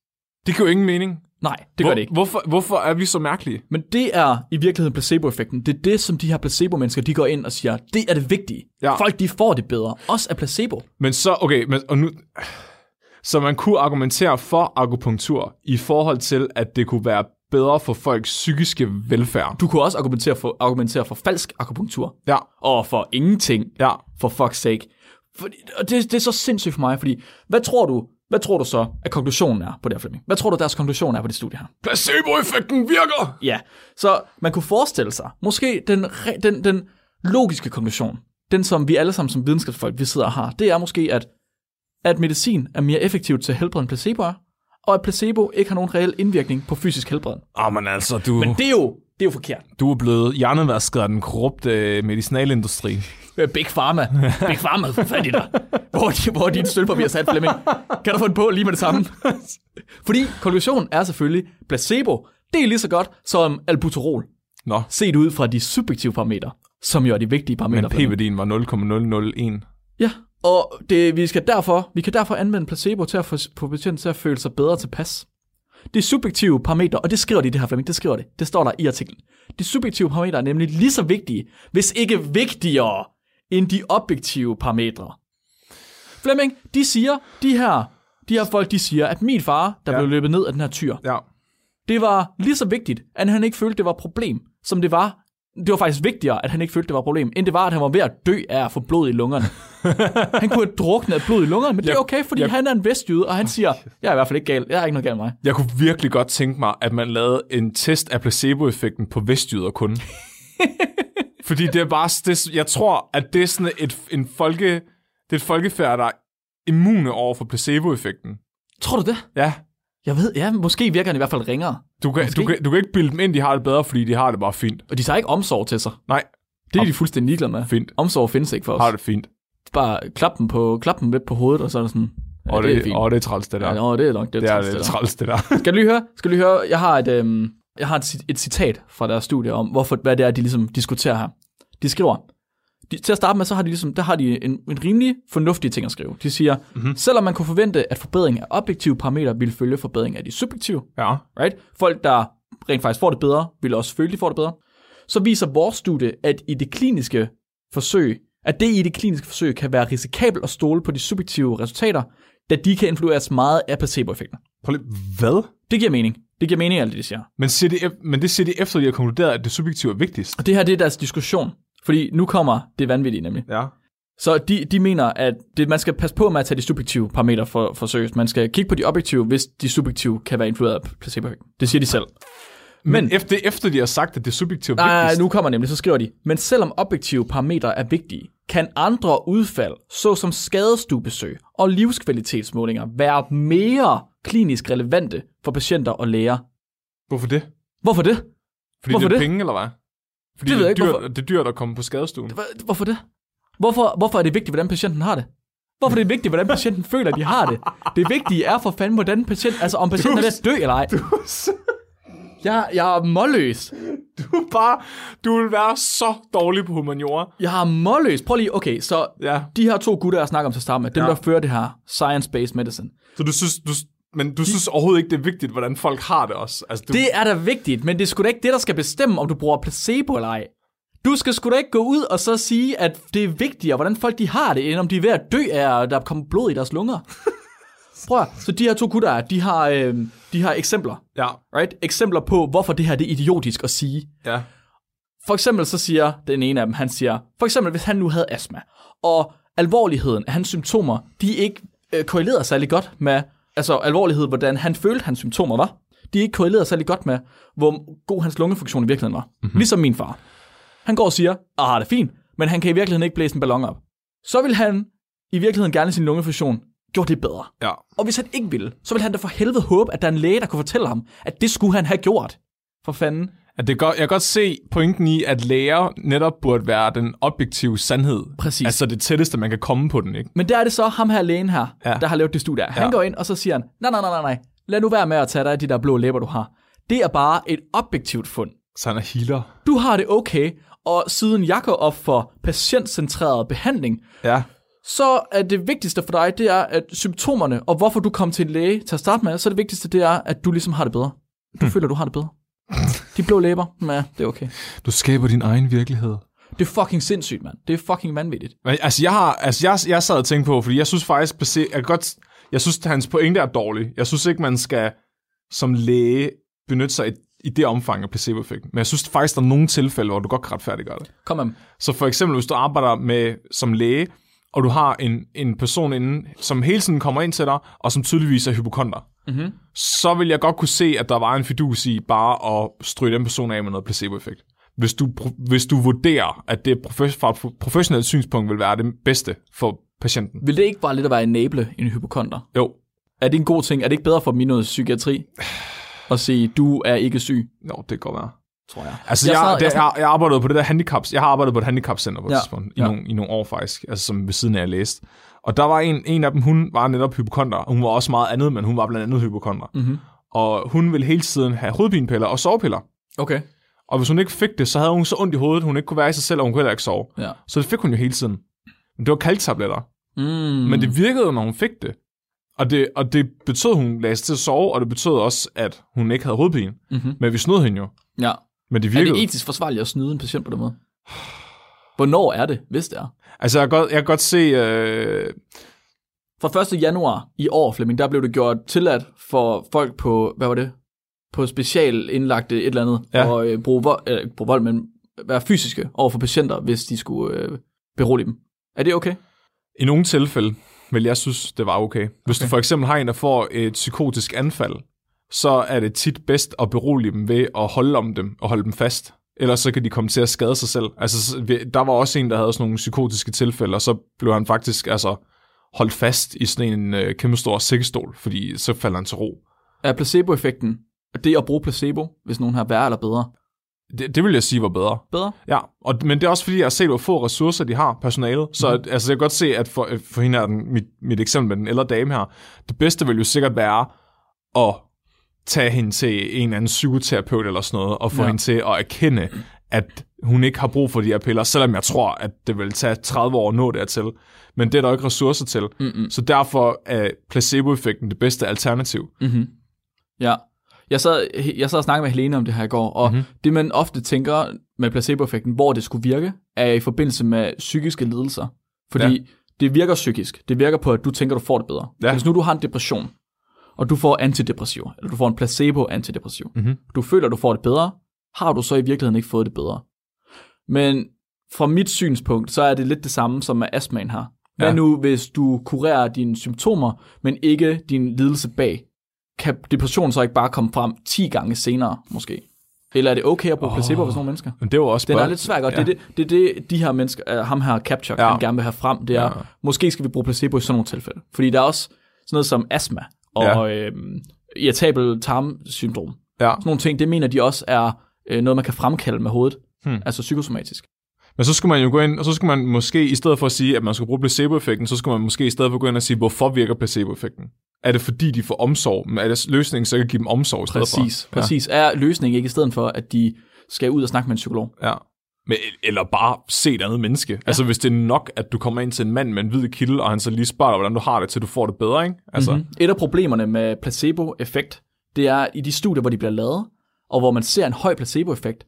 Det giver jo ingen mening. Nej, det gør det ikke. Hvorfor, hvorfor er vi så mærkelige? Men det er i virkeligheden placeboeffekten. Det er det, som de her placebo-mennesker, de går ind og siger, det er det vigtige. Ja. Folk, de får det bedre. Også af placebo. Men så, okay, men, og nu, så man kunne argumentere for akupunktur i forhold til, at det kunne være bedre for folks psykiske velfærd. Du kunne også argumentere for, argumentere for falsk akupunktur. Ja, Og for ingenting. ja. For fuck's sake. For, og det, det, er så sindssygt for mig, fordi hvad tror du, hvad tror du så, at konklusionen er på det her, Flemming? Hvad tror du, deres konklusion er på det studie her? Placeboeffekten virker! Ja, så man kunne forestille sig, måske den, re- den, den logiske konklusion, den som vi alle sammen som videnskabsfolk, vi sidder og har, det er måske, at, at medicin er mere effektivt til at helbrede end placebo er, og at placebo ikke har nogen reel indvirkning på fysisk helbred. Ah, men altså, du, Men det er jo, det er jo forkert. du er blevet hjernevasket af den korrupte medicinalindustri. Øh, Big Pharma. Big Pharma, for fat i dig. Hvor, er de, hvor er dit sølvpapir er sat, Flemming? Kan du få en på lige med det samme? Fordi konklusionen er selvfølgelig, placebo, det er lige så godt som albuterol. Nå, set ud fra de subjektive parametre, som jo er de vigtige parametre. men for dem. p-værdien var 0,001. Ja, og det, vi, skal derfor, vi kan derfor anvende placebo til at få, få patienten til at føle sig bedre tilpas. De subjektive parametre, og det skriver de i det her, Flemming, det skriver det, det står der i artiklen. De subjektive parametre er nemlig lige så vigtige, hvis ikke vigtigere, end de objektive parametre. Flemming, de siger, de her De her folk, de siger, at min far, der ja. Ja. blev løbet ned af den her tyr, Ja. det var lige så vigtigt, at han ikke følte, det var et problem, som det var. Det var faktisk vigtigere, at han ikke følte, det var et problem, end det var, at han var ved at dø af at få blod i lungerne. han kunne have druknet af blod i lungerne, men det er Jeg- okay, fordi jeg- han er en vestjyde, og han siger, jeg er i hvert fald ikke gal, jeg er ikke noget galt med mig. Jeg kunne virkelig godt tænke mig, at man lavede en test af placeboeffekten på vestjyder kun. Fordi det er bare, det, jeg tror, at det er sådan et, en folke, det er et folkefærd, der er immune over for placeboeffekten. Tror du det? Ja, Jeg ved, ja, måske virker han i hvert fald ringere. du kan, du, kan, du kan ikke bilde dem ind, de har det bedre, fordi de har det bare fint. Og de tager ikke omsorg til sig. Nej, Det er de fuldstændig ligeglade med. Fint. Omsorg findes ikke for os. har det fint. Bare klap dem, på, klap dem lidt på hovedet, og så er det sådan, ja, Og det, er fint. og det er træls, det der. ja, nå, det er nok det, det er træls, lidt der. træls, det der. Skal du lige høre? Skal du lige høre? Jeg har et, øhm, jeg har et, ci- et citat fra deres studie om, hvorfor, hvad det er, de ligesom diskuterer her. De skriver, de, til at starte med, så har de ligesom, der har de en, en rimelig fornuftig ting at skrive. De siger, mm-hmm. selvom man kunne forvente, at forbedring af objektive parametre ville følge forbedring af de subjektive, Ja. right? Folk, der rent faktisk får det bedre, vil også føle, de får det bedre. Så viser vores studie, at i det kliniske forsøg, at det i det kliniske forsøg kan være risikabelt at stole på de subjektive resultater, da de kan influeres meget af placeboeffekten. Prøv lige, hvad? Det giver mening. Det giver mening, alt det, de siger. Men, siger de, ef- men det siger de efter, de har konkluderet, at det subjektive er vigtigst. Og det her, det er deres diskussion. Fordi nu kommer det vanvittige nemlig. Ja. Så de, de mener, at det, man skal passe på med at tage de subjektive parametre for, for seriøst. Man skal kigge på de objektive, hvis de subjektive kan være influeret af placeboeffekten. Det siger de selv. Men, Men- men efter, efter de har sagt, at det subjektive er Nej, nej, vigtigst. nu kommer nemlig, så skriver de, men selvom objektive parametre er vigtige, kan andre udfald, såsom skadestuebesøg og livskvalitetsmålinger, være mere klinisk relevante for patienter og læger. Hvorfor det? Hvorfor det? Fordi Hvorfor det er det? penge, eller hvad? Fordi Det det, ved jeg er ikke, hvorfor. dyrt, det er dyrt at komme på skadestuen. Hva- Hvorfor det? Hvorfor, hvorfor er det vigtigt, hvordan patienten har det? Hvorfor er det vigtigt, hvordan patienten føler, de har det? Det vigtige er for fanden, hvordan patient, altså om patienten er ved at dø eller ej. Jeg, jeg er målløs. Du er bare, du vil være så dårlig på humaniora. Jeg er målløs. Prøv lige, okay, så Ja. de her to gutter, jeg snakker om til at starte med, dem Ja. der fører det her science-based medicine, Så du synes, du, men du synes overhovedet ikke, det er vigtigt, hvordan folk har det også. Altså, du, Det er da vigtigt, men det er sgu da ikke det, der skal bestemme, om du bruger placebo eller ej. Du skal sgu da ikke gå ud og så sige, at det er vigtigere, hvordan folk de har det, end om de er ved at dø af, at der kommer blod i deres lunger. Prøv at, så de her to gutter, de har, øh, de har eksempler. Ja, Right? Eksempler på, hvorfor det her det er idiotisk at sige. ja. For eksempel så siger den ene af dem, han siger, for eksempel hvis han nu havde astma, og alvorligheden af hans symptomer, de ikke øh, korrelerede særlig godt med, altså alvorlighed, hvordan han følte, hans symptomer var, de ikke korrelerede særlig godt med, hvor god hans lungefunktion i virkeligheden var. Mm-hmm. Ligesom min far. Han går og siger, ah, det er fint, men han kan i virkeligheden ikke blæse en ballon op. Så vil han i virkeligheden gerne sin lungefunktion gjort det bedre. ja. Og hvis han ikke ville, så ville han da for helvede håbe, at der er en læge, der kunne fortælle ham, at det skulle han have gjort. For fanden. At det er godt, jeg kan godt se pointen i, at lærer netop burde være den objektive sandhed. Præcis. Altså det tætteste, man kan komme på den, ikke? Men der er det så ham her lægen her, ja. Ja. der har lavet det studie. her. Han ja. Ja. går ind, og så siger han, nej, nej, nej, nej, nej, lad nu være med at tage dig af de der blå læber, du har. Det er bare et objektivt fund. Så han er healer. Du har det okay, og siden jeg går op for patientcentreret behandling, Ja. så er det vigtigste for dig, det er, at symptomerne, og hvorfor du kom til en læge til at starte med, så er det vigtigste, det er, at du ligesom har det bedre. Du føler, du har det bedre. De blå læber, ja, det er okay. Du skaber din egen virkelighed. Det er fucking sindssygt, mand. Det er fucking vanvittigt. Men, altså, jeg, har, altså jeg, jeg sad og tænkte på, fordi jeg synes faktisk, bese- jeg, kan godt, jeg synes, at hans pointe er dårlig. Jeg synes ikke, man skal som læge benytte sig i, i det omfang af placeboeffekten. Men jeg synes faktisk, der er nogle tilfælde, hvor du godt kan retfærdiggøre det. Kom med dem. Så for eksempel, hvis du arbejder med som læge, og du har en, en person inden, som hele tiden kommer ind til dig, og som tydeligvis er hypokonter, mm-hmm. så vil jeg godt kunne se, at der var en fidus i bare at stryge den person af med noget placeboeffekt. Hvis du, pro- hvis du vurderer, at det profes- fra et pro- professionelt synspunkt vil være det bedste for patienten. Vil det ikke bare lidt at være enable en hypokonter? Jo. Er det en god ting? Er det ikke bedre for dem i noget psykiatri at sige, du er ikke syg, Jo, det kan godt være. tror jeg? Altså, jeg, sad- jeg, det, sad- jeg, jeg arbejdede på det der handicaps, jeg har arbejdet på et handicapcenter på et Ja, ja. tidspunkt, i, ja. ja. nogle, i nogle år faktisk, altså som ved siden af jeg læste. Og der var en, en af dem, hun var netop hypokonter, og hun var også meget andet, men hun var blandt andet hypokonter. Mm-hmm. Og hun ville hele tiden have hovedpinepiller og sovepiller. Okay. Og hvis hun ikke fik det, så havde hun så ondt i hovedet, hun ikke kunne være i sig selv, og hun kunne heller ikke sove. Ja. Så det fik hun jo hele tiden. Men det var kalktabletter. Mm, Men det virkede, jo, når hun fik det. Og det, og det betød, at hun lagde sig til at sove, og det betød også, at hun ikke havde hovedpine. Mm-hmm. Men vi snød hende jo. ja. Men det Er virkede. det etisk forsvarligt at snyde en patient på den måde? Hvornår er det, hvis det er? Altså, jeg kan godt, jeg kan godt se... Øh, Fra 1. januar i år, Flemming, der blev det gjort tilladt for folk på, hvad var det? På special indlagte et eller andet, Ja. og øh, bruge, vold, øh, ikke bruge vold, men være fysiske over for patienter, hvis de skulle øh, berolige dem. Er det okay? I nogle tilfælde vil jeg synes, det var okay. Hvis du for eksempel har en, der får et psykotisk anfald, så er det tit bedst at berolige dem ved at holde om dem og holde dem fast. Ellers så kan de komme til at skade sig selv. Altså, så- vi- der var også en, der havde sådan nogle psykotiske tilfælde, og så blev han faktisk altså, holdt fast i sådan en øh, kæmpe stor sikkestol, fordi så falder han til ro. Er placeboeffekten, det at bruge placebo, hvis nogen har værre eller bedre, Det, det vil jeg sige var bedre. bedre? Ja, og, men det er også fordi, jeg har set, hvor få ressourcer de har, personalet. Så mm. altså, jeg kan godt se, at for, for hende er den, mit, mit eksempel med den ældre dame her, det bedste vil jo sikkert være at tage hende til en eller anden psykoterapeut eller sådan noget, og få ja. hende til at erkende, at hun ikke har brug for de her piller, selvom jeg tror, at det vil tage 30 år at nå dertil. Men det er der jo ikke ressourcer til. Mm-mm. Så derfor er placeboeffekten det bedste alternativ. Mm. Ja. Jeg sad, jeg sad og snakkede med Helene om det her i går, og mm-hmm. det man ofte tænker med placeboeffekten, hvor det skulle virke, er i forbindelse med psykiske lidelser. Fordi ja. Ja. det virker psykisk. Det virker på, at du tænker, du får det bedre. Ja. Ja. Hvis nu du har en depression, og du får antidepressiv, eller du får en placebo-antidepressiv, Mhm. du føler, du får det bedre, har du så i virkeligheden ikke fået det bedre. Men fra mit synspunkt, så er det lidt det samme som med astmaen her. Hvad ja. Ja. nu, hvis du kurerer dine symptomer, men ikke din lidelse bag? Kan depressionen så ikke bare komme frem 10 gange senere, måske? Eller er det okay at bruge oh, placebo hos nogle mennesker? Men det var også Den er bare- lidt svær, og ja. det, er det, det er det, de her mennesker, uh, ham her Capture, ja. Ja. han gerne vil have frem, det er, ja. Ja. måske skal vi bruge placebo i sådan nogle tilfælde. Fordi der er også sådan noget som astma og ja. øh, irritabel tarmsyndrom. Ja. Sådan nogle ting, det mener de også er øh, noget, man kan fremkalde med hovedet. Hmm. Altså psykosomatisk. Men så skulle man jo gå ind, og så skulle man måske, i stedet for at sige, at man skulle bruge placeboeffekten, så skulle man måske i stedet for gå ind og sige, hvorfor virker placeboeffekten? Er det fordi, de får omsorg? Men Er det løsningen, så kan give dem omsorg i stedet Præcis. for? Præcis. Er løsningen ikke i stedet for, at de skal ud og snakke med en psykolog? Ja. ja. Men, eller bare se et andet menneske. Ja. Altså hvis det er nok, at du kommer ind til en mand med en hvid kilde, og han så lige spørger dig, hvordan du har det, til du får det bedre, ikke? Altså, mm-hmm. Et af problemerne med placeboeffekt, det er at i de studier, hvor de bliver lavet, og hvor man ser en høj placeboeffekt,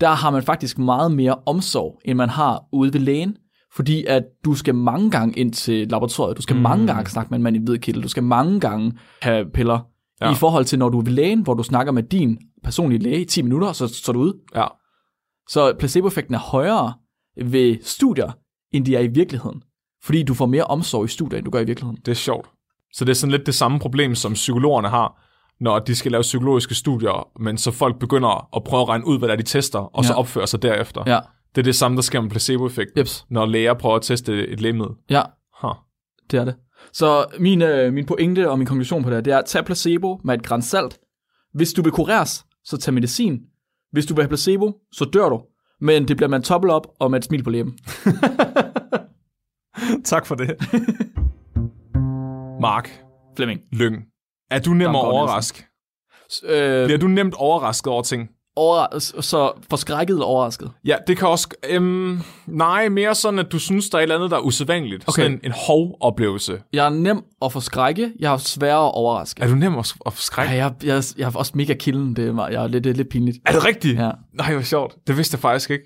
der har man faktisk meget mere omsorg, end man har ude ved lægen, fordi at du skal mange gange ind til laboratoriet, du skal mm. mange gange snakke med en mand i hvid kittel, du skal mange gange have piller, ja. Ja. i forhold til når du er ved lægen, hvor du snakker med din personlige læge i 10 minutter, og så står du ude. ja. Så placeboeffekten er højere ved studier, end de er i virkeligheden, fordi du får mere omsorg i studier, end du gør i virkeligheden. Det er sjovt. Så det er sådan lidt det samme problem, som psykologerne har, når de skal lave psykologiske studier, men så folk begynder at prøve at regne ud, hvad der er, de tester, og ja. så Ja. opfører sig derefter. Ja. Det er det samme, der sker med placeboeffekten. Jeps. når læger prøver at teste et lægemiddel. Ja, Huh. Det er det. Så min, øh, min pointe og min konklusion på det her, det er, tag placebo med et græns salt. Hvis du vil kureres, så tag medicin. Hvis du vil have placebo, så dør du. Men det bliver man toppel op og med et smil på læben. Tak for det. Mark Flemming. Lyng, er du nemt Damgaard overrasket? Øh, Bliver du nemt overrasket over ting? over, så forskrækket eller overrasket? Ja, det kan også... Øhm, nej, mere sådan, at du synes, der er et eller andet, der er usædvanligt. Okay. Sådan en, en hov-oplevelse. Jeg er nem at forskrække, jeg er sværere at overraske. Er du nem at, at Ja, skrække? jeg, jeg, jeg er også mega kilden, det er, mig. jeg er lidt, det er lidt pinligt. Er det rigtigt? Ja. Nej, hvor sjovt. Det vidste jeg faktisk ikke.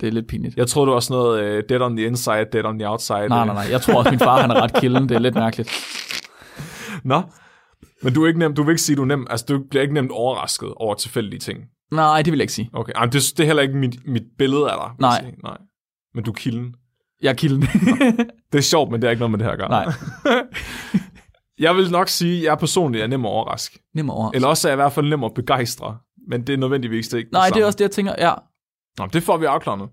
Det er lidt pinligt. Jeg troede, det var sådan noget uh, dead on the inside, dead on the outside. Nej, nej, nej, jeg tror også, min far han er ret kilden, det er lidt mærkeligt. Nå. Men du, er ikke nem, du vil ikke sige, du er nem. Altså, du bliver ikke nemt overrasket over tilfældige ting. Nej, det vil jeg ikke sige. Okay, Jamen, det, det er heller ikke mit, mit billede af dig. vil jeg Nej. sige. Nej. Men du er kilden. Jeg er kilden. Det er sjovt, men det er ikke noget med det her at gøre. Nej, Jeg vil nok sige, at jeg personligt er nem at overraske. nem at overraske. Eller også er jeg i hvert fald nem at begejstre. Men det er nødvendigvis det ikke. Nej, det samme. er også det, jeg tænker. Ja, Nå, men det får vi afklaret.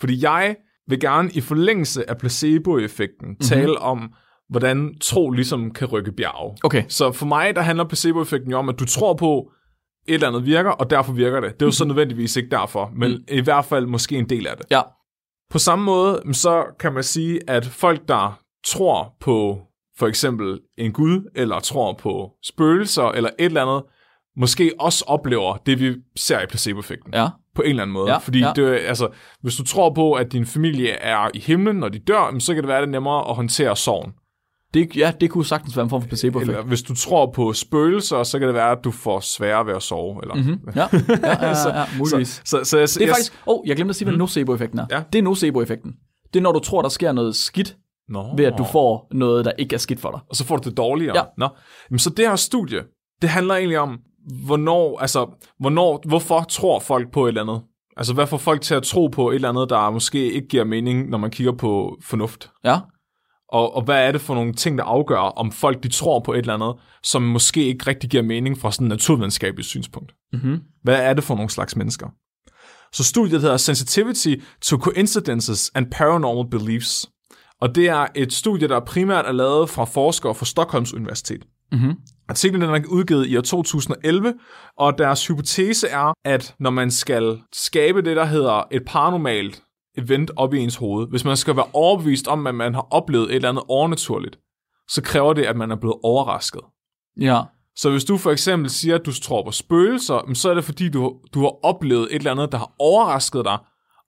Fordi jeg vil gerne i forlængelse af placeboeffekten Mhm. mm-hmm. tale om, hvordan tro ligesom kan rykke bjerge. Okay. Så for mig, der handler placeboeffekten jo om, at du tror på, et eller andet virker, og derfor virker det. Det er jo så Mhm. nødvendigvis ikke derfor, men mm. i hvert fald måske en del af det. ja. På samme måde, mm, så kan man sige, at folk, der tror på for eksempel en gud, eller tror på spøgelser, eller et eller andet, måske også oplever det, vi ser i placeboeffekten. Ja. På en eller anden måde. Ja, Fordi ja. Det, altså, hvis du tror på, at din familie er i himlen, når de dør, jamen, så kan det være, at det er nemmere at håndtere sorgen. Det, ja, det kunne sagtens være en form for placeboeffekt. Eller hvis du tror på spøgelser, så kan det være, at du får sværere ved at sove. Eller, mm-hmm. Ja, ja, ja, ja, ja Mhm. muligvis. Mm. så, så, så, så, det er jeg, faktisk... Åh, oh, jeg glemte at sige, hvad nocebo-effekten er. Ja. Det er nocebo-effekten. Det er, når du tror, der sker noget skidt, Nå. ved at du får noget, der ikke er skidt for dig. og så får du det dårligere. Ja. Nå. Jamen, så det her studie, det handler egentlig om, hvornår, altså, hvornår, hvorfor tror folk på et eller andet? Altså, hvad får folk til at tro på et eller andet, der måske ikke giver mening, når man kigger på fornuft? Ja. Og, og hvad er det for nogle ting, der afgør, om folk de tror på et eller andet, som måske ikke rigtig giver mening fra sådan et naturvidenskabeligt synspunkt? Mm-hmm. Hvad er det for nogle slags mennesker? Så studiet hedder Sensitivity to Coincidences and Paranormal Beliefs. Og det er et studie, der primært er lavet fra forskere fra Stockholms Universitet. Mhm. Artiklen den er udgivet i år 2011, og deres hypotese er, at når man skal skabe det, der hedder et paranormalt event op i ens hoved, hvis man skal være overbevist om, at man har oplevet et eller andet overnaturligt, så kræver det, at man er blevet overrasket. Ja. Så hvis du for eksempel siger, at du tror på spøgelser, jamen, så er det fordi, du, du har oplevet et eller andet, der har overrasket dig,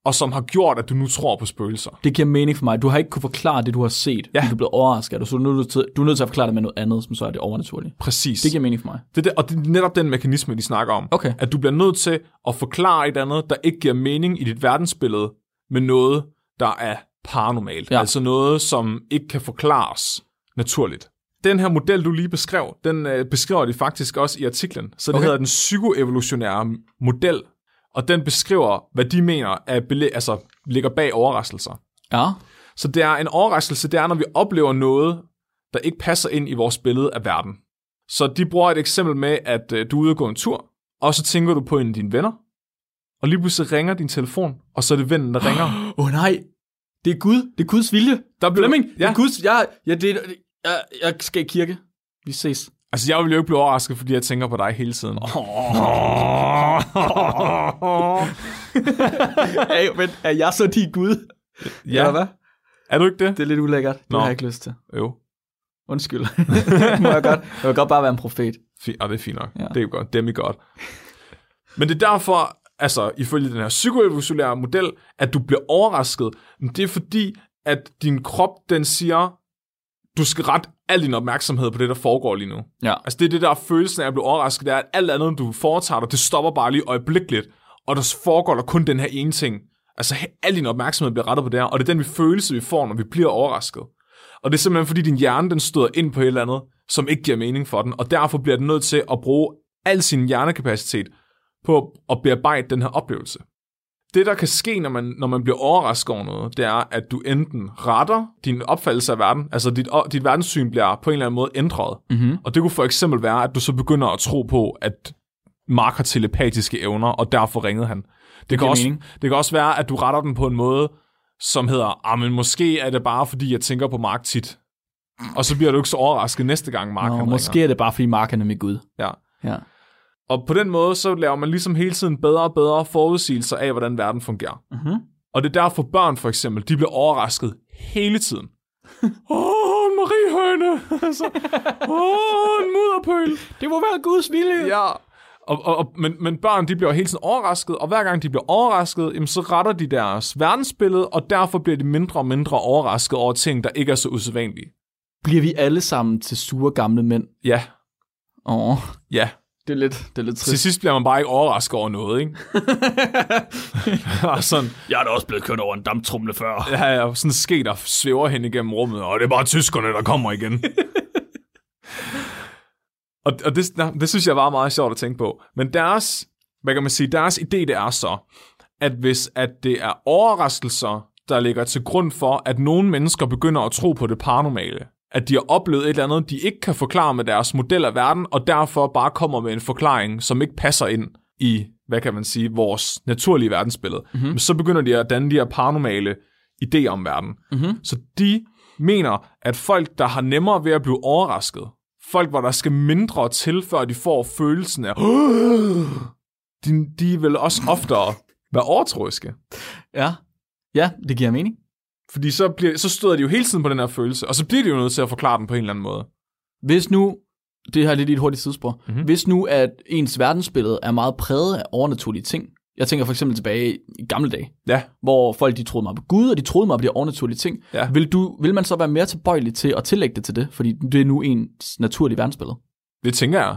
og som har gjort, at du nu tror på spøgelser. Det giver mening for mig. Du har ikke kunne forklare det, du har set. Ja. Du er blevet overrasket. af det, Så du er, nødt til, du er nødt til at forklare det med noget andet, som så er det overnaturlige. Præcis. Det giver mening for mig. det, er det, og det er netop den mekanisme, de snakker om. Okay. At du bliver nødt til at forklare et andet, der ikke giver mening i dit verdensbillede, med noget, der er paranormalt. Ja. Altså noget, som ikke kan forklares naturligt. Den her model, du lige beskrev, den øh, beskriver de faktisk også i artiklen. Så det Okay. hedder den psykoevolutionære model, og den beskriver, hvad de mener er belæ- altså, ligger bag overraskelser. Ja. Så det er en overraskelse, det er, når vi oplever noget, der ikke passer ind i vores billede af verden. Så de bruger et eksempel med, at øh, du er ude og gå en tur, og så tænker du på en af dine venner, og lige pludselig ringer din telefon, og så er det vennen, der ringer. Åh oh, nej. Det er Gud. Det er Guds vilje. Der blev, Flemming, det ja, er Guds... Ja, ja, det er, jeg, jeg skal i kirke. Vi ses. altså jeg vil jo ikke blive overrasket, fordi jeg tænker på dig hele tiden. Hey, men er jeg så din Gud? Eller ja, hvad? er du ikke det? Det er lidt ulækkert. Det Nå. Nå. har jeg ikke lyst til. Jo, Undskyld. Må jeg, godt, jeg vil godt bare være en profet. Fint, og ah, det er fint nok. Ja. Ja. Det er godt. Dem er godt. Men det er derfor, altså ifølge den her psykoevolutionære model, at du bliver overrasket. Men det er fordi, at din krop, den siger, du skal rette al din opmærksomhed på det, der foregår lige nu. Ja. Altså det er det der er følelsen af at blive overrasket, det er, at alt andet, du foretager dig, det stopper bare lige øjeblikkeligt, og der foregår der kun den her ene ting. Altså he- al din opmærksomhed bliver rettet på det her, og det er den følelse, vi får, når vi bliver overrasket. Og det er simpelthen, fordi din hjerne, den støder ind på et eller andet, som ikke giver mening for den, og derfor bliver den nødt til at bruge al sin hjernekapacitet på at bearbejde den her oplevelse. Det, der kan ske, når man, når man bliver overrasket over noget, det er, at du enten retter din opfattelse af verden, altså dit, o- dit verdenssyn bliver på en eller anden måde ændret. Mm-hmm. Og det kunne for eksempel være, at du så begynder at tro på, at Mark har telepatiske evner, og derfor ringede han. Det, det, kan, giver også, mening. det kan også være, at du retter den på en måde, som hedder, ah, men måske er det bare, fordi jeg tænker på Mark tit. Og så bliver du ikke så overrasket næste gang, Mark Nå, han måske er det bare, fordi Mark er nemlig Gud. ringer. Ja. Ja. Og på den måde, så laver man ligesom hele tiden bedre og bedre forudsigelser af, hvordan verden fungerer. Mhm. Og det er derfor børn for eksempel, de bliver overrasket hele tiden. Åh, oh, en mariehøne! Altså, Åh, oh, en mudderpøl! Det må være Guds vilje. Ja. Og, og, og, men, men børn, de bliver jo hele tiden overrasket, og hver gang de bliver overrasket, jamen, så retter de deres verdensbillede, og derfor bliver de mindre og mindre overrasket over ting, der ikke er så usædvanlige. Bliver vi alle sammen til sure gamle mænd? Ja, Åh, ja. det er lidt, det er lidt Til trist. sidst bliver man bare ikke overrasket over noget, ikke? og sådan, Jeg er da også blevet kørt over en damptrumle før. ja, ja, sådan en ske, der svæver hen igennem rummet, og det er bare tyskerne, der kommer igen. og og det, nej, det synes jeg var meget sjovt at tænke på. Men deres, hvad kan man sige, deres idé det er så, at hvis at det er overraskelser, der ligger til grund for, at nogle mennesker begynder at tro på det paranormale, at de har oplevet et eller andet, de ikke kan forklare med deres model af verden, og derfor bare kommer med en forklaring, som ikke passer ind i, hvad kan man sige, vores naturlige verdensbillede, mm-hmm. så begynder de at danne de her paranormale idéer om verden. Mm-hmm. Så de mener, at folk, der har nemmere ved at blive overrasket, folk, hvor der skal mindre til, før de får følelsen af, de, de vil også oftere være overtroiske. Ja. ja, det giver mening. Fordi så, bliver, så støder de jo hele tiden på den her følelse, og så bliver de jo nødt til at forklare den på en eller anden måde. Hvis nu, det her er lidt i et hurtigt sidespor, Mhm. mm-hmm. hvis nu at ens verdensbillede er meget præget af overnaturlige ting, jeg tænker for eksempel tilbage i gamle dage, Ja, hvor folk de troede meget på Gud, og de troede meget på de her overnaturlige ting, Ja. vil, du, vil man så være mere tilbøjelig til at tillægge det til det, fordi det er nu ens naturlige verdensbillede? det tænker jeg.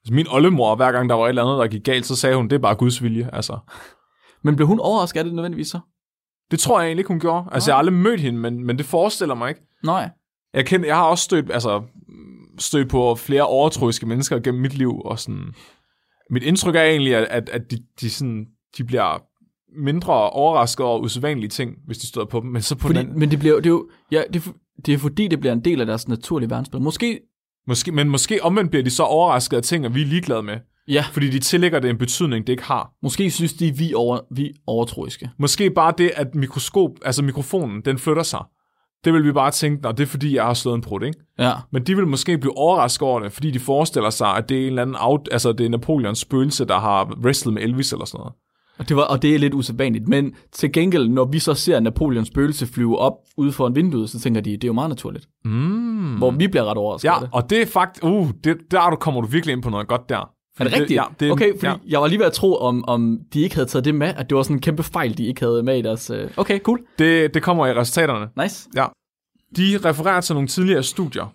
Altså, Min oldemor, hver gang der var et eller andet, der gik galt, så sagde hun, det er bare Guds vilje. Altså. Men blev hun overrasket af det nødvendigvis så? Det tror jeg egentlig ikke, hun gjorde. Altså, jeg har aldrig mødt hende, men, men det forestiller mig ikke. Nå ja. Jeg, kender, jeg har også stødt, altså, mm, stødt på flere overtroiske mennesker gennem mit liv, og sådan... Mit indtryk er egentlig, at, at, at de, de, sådan, de bliver mindre overrasket over usædvanlige ting, hvis de støder på dem, men så på Fordi... Fordi, den, men det, bliver, jo- det, er jo, ja, det, er for- det er fordi, det bliver en del af deres naturlige verdensbillede. Måske, måske, men måske omvendt bliver de så overrasket af ting, at vi er ligeglade med, ja, fordi de tillægger det en betydning, det ikke har. måske synes de, vi er over, vi er overtroiske. Måske bare det, at mikroskop, altså mikrofonen, den flytter sig. Det vil vi bare tænke, nå, det er fordi, jeg har slået en prut, ikke? Ja. Men de vil måske blive overrasket over det, fordi de forestiller sig, at det er en eller anden out, altså det er Napoleons spøgelse, der har wrestlet med Elvis eller sådan noget. Og det, var, og det er lidt usædvanligt. Men til gengæld, når vi så ser Napoleons spøgelse flyve op ude foran vinduet, så tænker de, det er jo meget naturligt. Mm. Hvor vi bliver ret overrasket af Ja, det. og det er faktisk, uh, det, der er du, kommer du virkelig ind på noget godt der. Er det rigtigt? ja, det, okay, fordi ja. jeg var lige ved at tro, om, om de ikke havde taget det med, at det var sådan en kæmpe fejl, de ikke havde med i deres... Øh... Okay, cool. Det, det kommer i resultaterne. Nice. De refererer til nogle tidligere studier,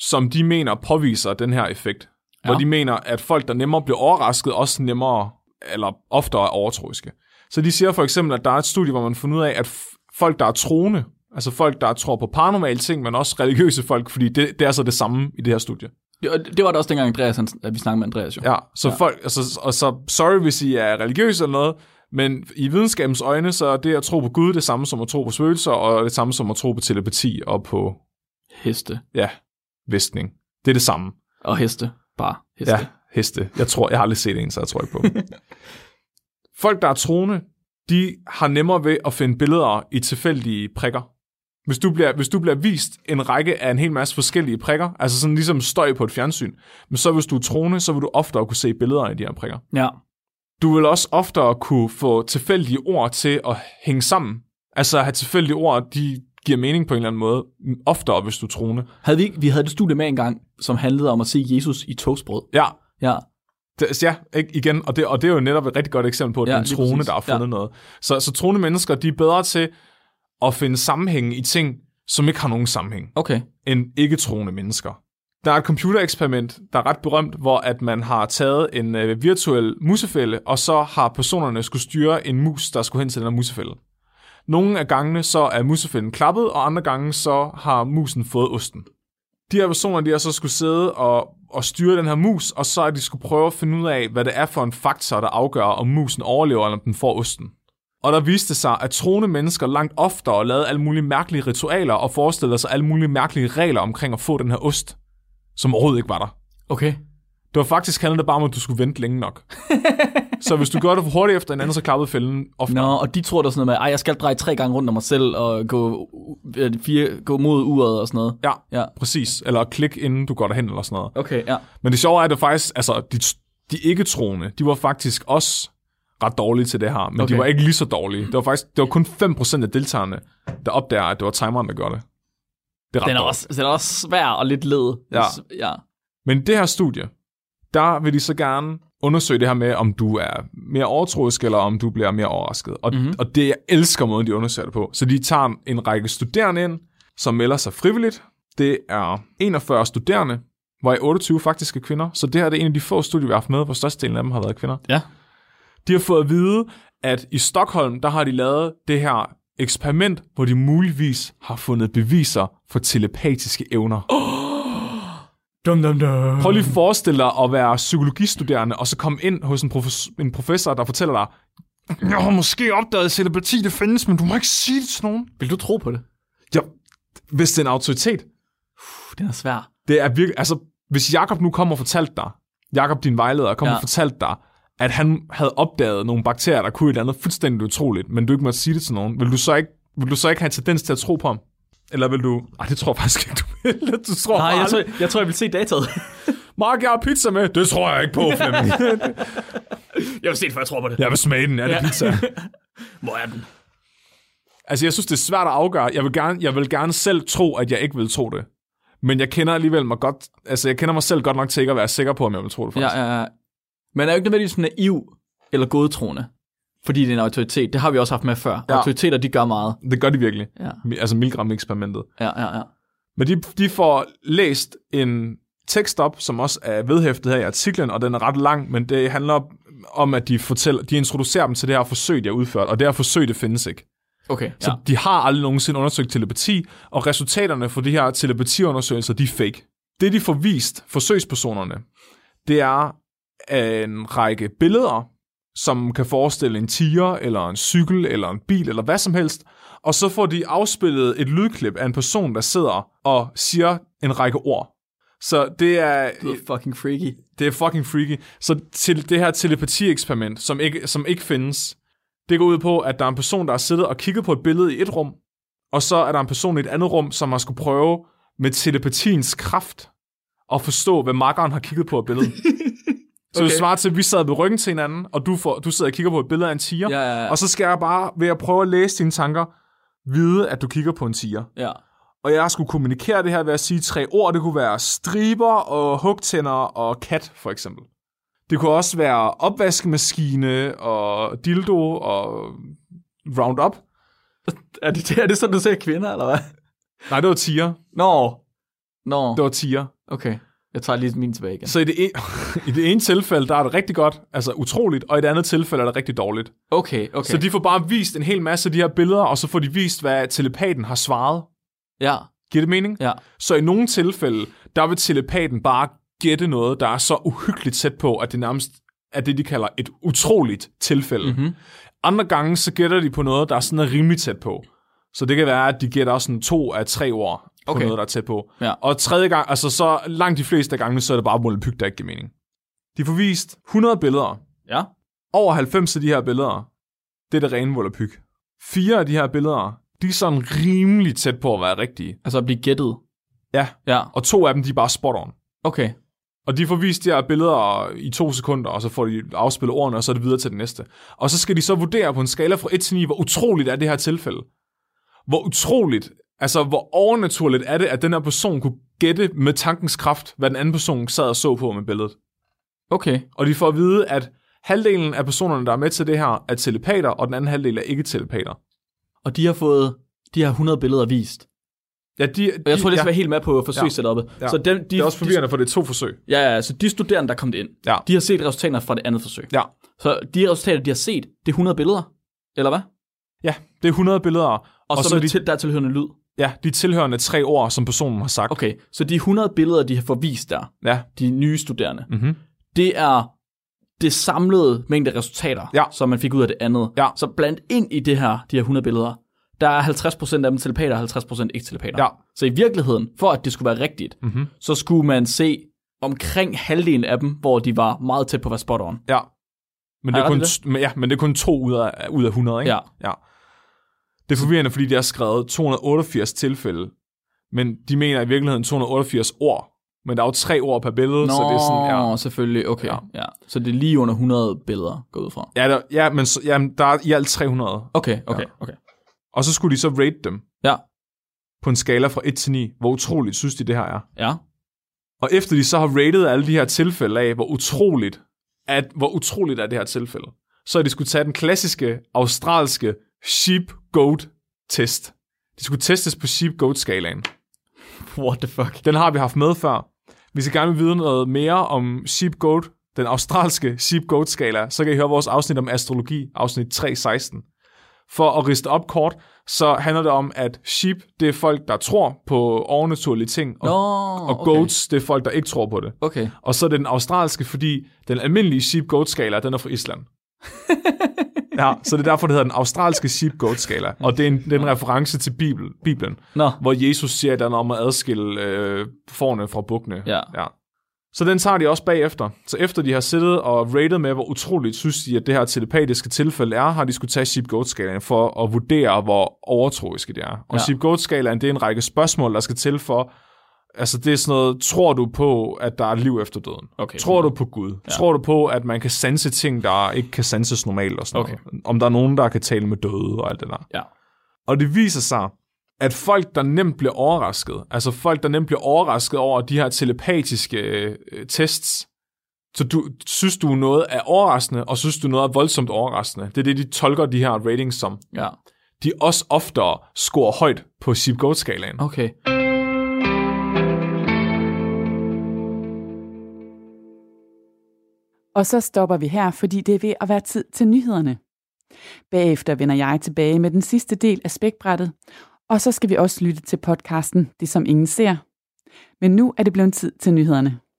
som de mener påviser den her effekt. Ja. Hvor de mener, at folk, der nemmere bliver overrasket, også nemmere eller oftere er overtroiske. Så de siger for eksempel, at der er et studie, hvor man finder ud af, at f- folk, der er troende, altså folk, der tror på paranormale ting, men også religiøse folk, fordi det, det er så det samme i det her studie. Det, og det var da også dengang, Andreas, han, at vi snakkede med Andreas jo. Ja, så ja. folk, altså, og så, sorry hvis I er religiøse eller noget, men i videnskabens øjne, så er det at tro på Gud det samme som at tro på spøgelser, og det samme som at tro på telepati og på, Heste. ja, vestning. Det er det samme. Og heste. Bare heste. Ja, heste. Jeg tror, jeg har aldrig set en, så jeg tror ikke på dem. Folk, der er troende, de har nemmere ved at finde billeder i tilfældige prikker. Hvis du, bliver, hvis du bliver vist en række af en hel masse forskellige prikker, altså sådan ligesom støj på et fjernsyn, men så hvis du er troende, så vil du oftere kunne se billeder af de her prikker. ja. Du vil også oftere kunne få tilfældige ord til at hænge sammen. Altså at have tilfældige ord, de giver mening på en eller anden måde, oftere hvis du er troende. Havde vi, ikke- vi havde det studie med engang, som handlede om at se Jesus i togsbrød. Ja, Ja. Det, altså ja, ikke? igen, og det, og det er jo netop et rigtig godt eksempel på, at ja, Ja, det er en lige troende, præcis. der har fundet ja. Ja. noget. Så, så troende mennesker, de er bedre til at finde sammenhæng i ting, som ikke har nogen sammenhæng, Okay. end ikke troende mennesker. Der er et computereksperiment, der er ret berømt, hvor at man har taget en øh, virtuel musefælde, og så har personerne skulle styre en mus, der skulle hen til den her musefælde. Nogle af gangene så er musefælden klappet, og andre gange så har musen fået osten. De her personer, de har så skulle sidde og, og styre den her mus, og så har de skulle prøve at finde ud af, hvad det er for en faktor, der afgør, om musen overlever, eller om den får osten. Og der viste det sig, at troende mennesker langt oftere lavede alle mulige mærkelige ritualer og forestillede sig alle mulige mærkelige regler omkring at få den her ost, som overhovedet ikke var der. Okay. Det var faktisk handlede det bare om, at du skulle vente længe nok. så hvis du gør det for hurtigt efter hinanden, så klappede fælden ofte. Nå, og de tror der sådan noget med, ej, jeg skal dreje tre gange rundt om mig selv, og gå, øh, fire, gå mod uret og sådan noget. Ja, Ja. præcis. Eller klik, inden du går derhen eller sådan noget. Okay, ja. Men det sjove er, at det faktisk, altså, de, de ikke-troende, de var faktisk også ret dårlige til det her, men okay. Okay. de var ikke lige så dårlige. Det var faktisk det var kun 5% af deltagerne, der opdager, at det var timeren, der gør det. Det er ret Den er, dårligt. også, den er også svær og lidt led. Ja. ja. Men i det her studie, der vil de så gerne undersøge det her med, om du er mere overtroisk, eller om du bliver mere overrasket. Og, mm-hmm. og det, jeg elsker måden, de undersøger det på. Så de tager en række studerende ind, som melder sig frivilligt. Det er 41 studerende, hvor 28 faktisk er kvinder. Så det her det er en af de få studier, vi har haft med, hvor størstedelen af dem har været kvinder. Ja. De har fået at vide, at i Stockholm, der har de lavet det her eksperiment, hvor de muligvis har fundet beviser for telepatiske evner. Dum, dum, dum. Prøv lige at forestille dig at være psykologistuderende, og så komme ind hos en, profes- en professor, der fortæller dig, jeg har måske opdaget, at telepati det findes, men du må ikke sige det til nogen. Vil du tro på det? Ja, hvis det er en autoritet. Puh, den er svær. Det er virkelig, altså, hvis Jakob nu kommer og fortalte dig, Jakob din vejleder, kommer ja. og Ja. fortalte dig, at han havde opdaget nogle bakterier, der kunne et eller andet fuldstændig utroligt, men du ikke måtte sige det til nogen, vil du så ikke, vil du så ikke have tendens til at tro på ham? Eller vil du... Ej, det tror jeg faktisk ikke, du vil. Du tror Nej, bare jeg tror, jeg, tror, jeg vil se dataet. Mark, jeg har pizza med. Det tror jeg ikke på, Flemming. jeg vil se det, før jeg tror på det. jeg vil smage den. Er det ja. Ja. pizza? Hvor er den? Altså, jeg synes, det er svært at afgøre. Jeg vil gerne, jeg vil gerne selv tro, at jeg ikke vil tro det. Men jeg kender alligevel mig godt, altså jeg kender mig selv godt nok til ikke at være sikker på, om jeg vil tro det faktisk. Ja, ja, ja. Man er jo ikke nødvendigvis naiv eller godtroende, fordi det er en autoritet. Det har vi også haft med før. Ja. Ja. Autoriteter, de gør meget. Det gør de virkelig. Ja, Mi- Altså Milgram-eksperimentet. ja, ja. ja. Men de, de får læst en tekst op, som også er vedhæftet her i artiklen, og den er ret lang, men det handler om, at de, fortæller, de introducerer dem til det her forsøg, de har udført, og det her forsøg, det findes ikke. Okay, Så ja. de har aldrig nogensinde undersøgt telepati, og resultaterne for de her telepatiundersøgelser, de er fake. Det, de får vist forsøgspersonerne, det er øh, en række billeder, som kan forestille en tiger, eller en cykel, eller en bil, eller hvad som helst, og så får de afspillet et lydklip af en person, der sidder og siger en række ord. Så det er Det er fucking freaky. det er fucking freaky. Så til det her telepati-eksperiment, som ikke, som ikke findes, det går ud på, at der er en person, der har siddet og kigget på et billede i et rum, og så er der en person i et andet rum, som har skulle prøve med telepatiens kraft at forstå, hvad makkeren har kigget på et billede. Så det Okay. svarer til, at vi sad ved ryggen til hinanden, og du, får, du sidder og kigger på et billede af en tiger, Ja, ja, ja. og så skal jeg bare, ved at prøve at læse dine tanker, vide, at du kigger på en tiger Ja. og jeg skulle kommunikere det her ved at sige tre ord. Det kunne være striber og hugtænder og kat, for eksempel. Det kunne også være opvaskemaskine og dildo og roundup. Er det, er det sådan, du ser kvinder, eller hvad? Nej, det var tiger. Nå. Nå, Det var tiger. okay. Jeg tager lige min tilbage igen. Så i det, ene, i det ene tilfælde, der er det rigtig godt, altså utroligt, og i det andet tilfælde er det rigtig dårligt. Okay. Okay, okay. Så de får bare vist en hel masse af de her billeder, og så får de vist, hvad telepaten har svaret. Ja, Giver det mening? ja. Så i nogle tilfælde, der vil telepaten bare gætte noget, der er så uhyggeligt tæt på, at det nærmest er det, de kalder et utroligt tilfælde. Mhm. Mm-hmm. Andre gange, så gætter de på noget, der er sådan rimelig tæt på. Så det kan være, at de gætter sådan to af tre ord på Okay. noget, der er tæt på. Ja. Og tredje gang, altså så langt de fleste af gangene, så er det bare molebyg, der ikke giver mening. De får vist 100 billeder. Ja. Over 90 af de her billeder, det er det rene molebyg. Fire af de her billeder, de er sådan rimelig tæt på at være rigtige. Altså at blive gættet. Ja, Ja, og to af dem, de er bare spot on. okay. Og de får vist de her billeder i to sekunder, og så får de afspillet ordene, og så er det videre til det næste. Og så skal de så vurdere på en skala fra 1 til 9, hvor utroligt er det her tilfælde. Hvor utroligt, altså hvor overnaturligt er det, at den her person kunne gætte med tankens kraft, hvad den anden person sad og så på med billedet. Okay, Og de får at vide, at halvdelen af personerne, der er med til det her, er telepater, og den anden halvdel er ikke telepater. og de har fået de her 100 billeder vist. Ja, de, Og jeg tror, de, det skal ja, være helt med på forsøgssetuppet. Ja. Ja. Så dem, de, det er også de, forvirrende, for det er to forsøg. ja, ja, så de studerende, der kom ind, Ja. de har set resultaterne fra det andet forsøg. Ja. Så de resultater, de har set, det er 100 billeder, eller hvad? ja, det er 100 billeder, og, Og, og så, så med de... til, der er tilhørende lyd. ja, de tilhørende tre ord, som personen har sagt. Okay, så de 100 billeder, de har fået vist der, Ja, de nye studerende, Mhm. det er det samlede mængde resultater, Ja. som man fik ud af det andet. Ja. Så blandt ind i det her, de her 100 billeder, der er 50% af dem telepater og 50% ikke telepater. Ja. Så i virkeligheden, for at det skulle være rigtigt, mm-hmm. så skulle man se omkring halvdelen af dem, hvor de var meget tæt på at være spot on. Ja. Men det, Er er kun, det t- men, ja, men det er kun to ud af, ud af 100, ikke? Ja. ja. Det er forvirrende, fordi de har skrevet 288 tilfælde, men de mener i virkeligheden 288 ord. Men der er jo tre ord per billede, så det er sådan... Ja, selvfølgelig. Okay. Ja. Ja. Ja. Så det er lige under 100 billeder, går ud fra. ja, der, ja men så, jamen, der er i alt 300. Okay, okay, ja. okay. Og så skulle de så rate dem Ja, på en skala fra 1 til 9. Hvor utroligt synes de, det her er? ja. Og efter de så har rated alle de her tilfælde af, hvor utroligt, at, hvor utroligt er det her tilfælde, så er de skulle tage den klassiske australske sheep-goat-test. De skulle testes på sheep-goat-skalaen. What the fuck? Den har vi haft med før. Hvis I gerne vil vide noget mere om sheep-goat, den australske sheep-goat-skala, så kan I høre vores afsnit om astrologi, afsnit 316. For at riste op kort, så handler det om, at sheep, det er folk, der tror på overnaturlige ting, og, Nå, og okay. goats, det er folk, der ikke tror på det. Okay. Og så er det den australske, fordi den almindelige sheep goat skala, den er fra Island. ja, så det er derfor, det hedder den australske sheep goat skala. Og det er en, det er en reference til Bibel, Bibelen, Nå, hvor Jesus siger, at han er om at adskille øh, forne fra bukkene. Ja. ja. Så den tager de også bagefter. Så efter de har siddet og rated med, hvor utroligt synes de, at det her telepatiske tilfælde er, har de skulle tage sheep goat skalaen for at vurdere, hvor overtroiske det er. Og Ja. ja. sheep goat skalaen, det er en række spørgsmål, der skal til for, altså det er sådan noget, tror du på, at der er liv efter døden? Okay. Tror du på Gud? Ja. Tror du på, at man kan sanse ting, der ikke kan sanses normalt og sådan okay. noget? Om der er nogen, der kan tale med døde og alt det der. ja. Og det viser sig, at folk, der nemt bliver overrasket, altså folk, der nemt bliver overrasket over de her telepatiske øh, øh, tests, så du, synes du noget er overraskende, og synes du noget er voldsomt overraskende. Det er det, de tolker de her ratings som. Ja. De også oftere scorer højt på Sheep Goat skalaen Okay. Og så stopper vi her, fordi det er ved at være tid til nyhederne. Bagefter vender jeg tilbage med den sidste del af spækbrættet, og så skal vi også lytte til podcasten Det som ingen ser. Men nu er det blevet tid til nyhederne.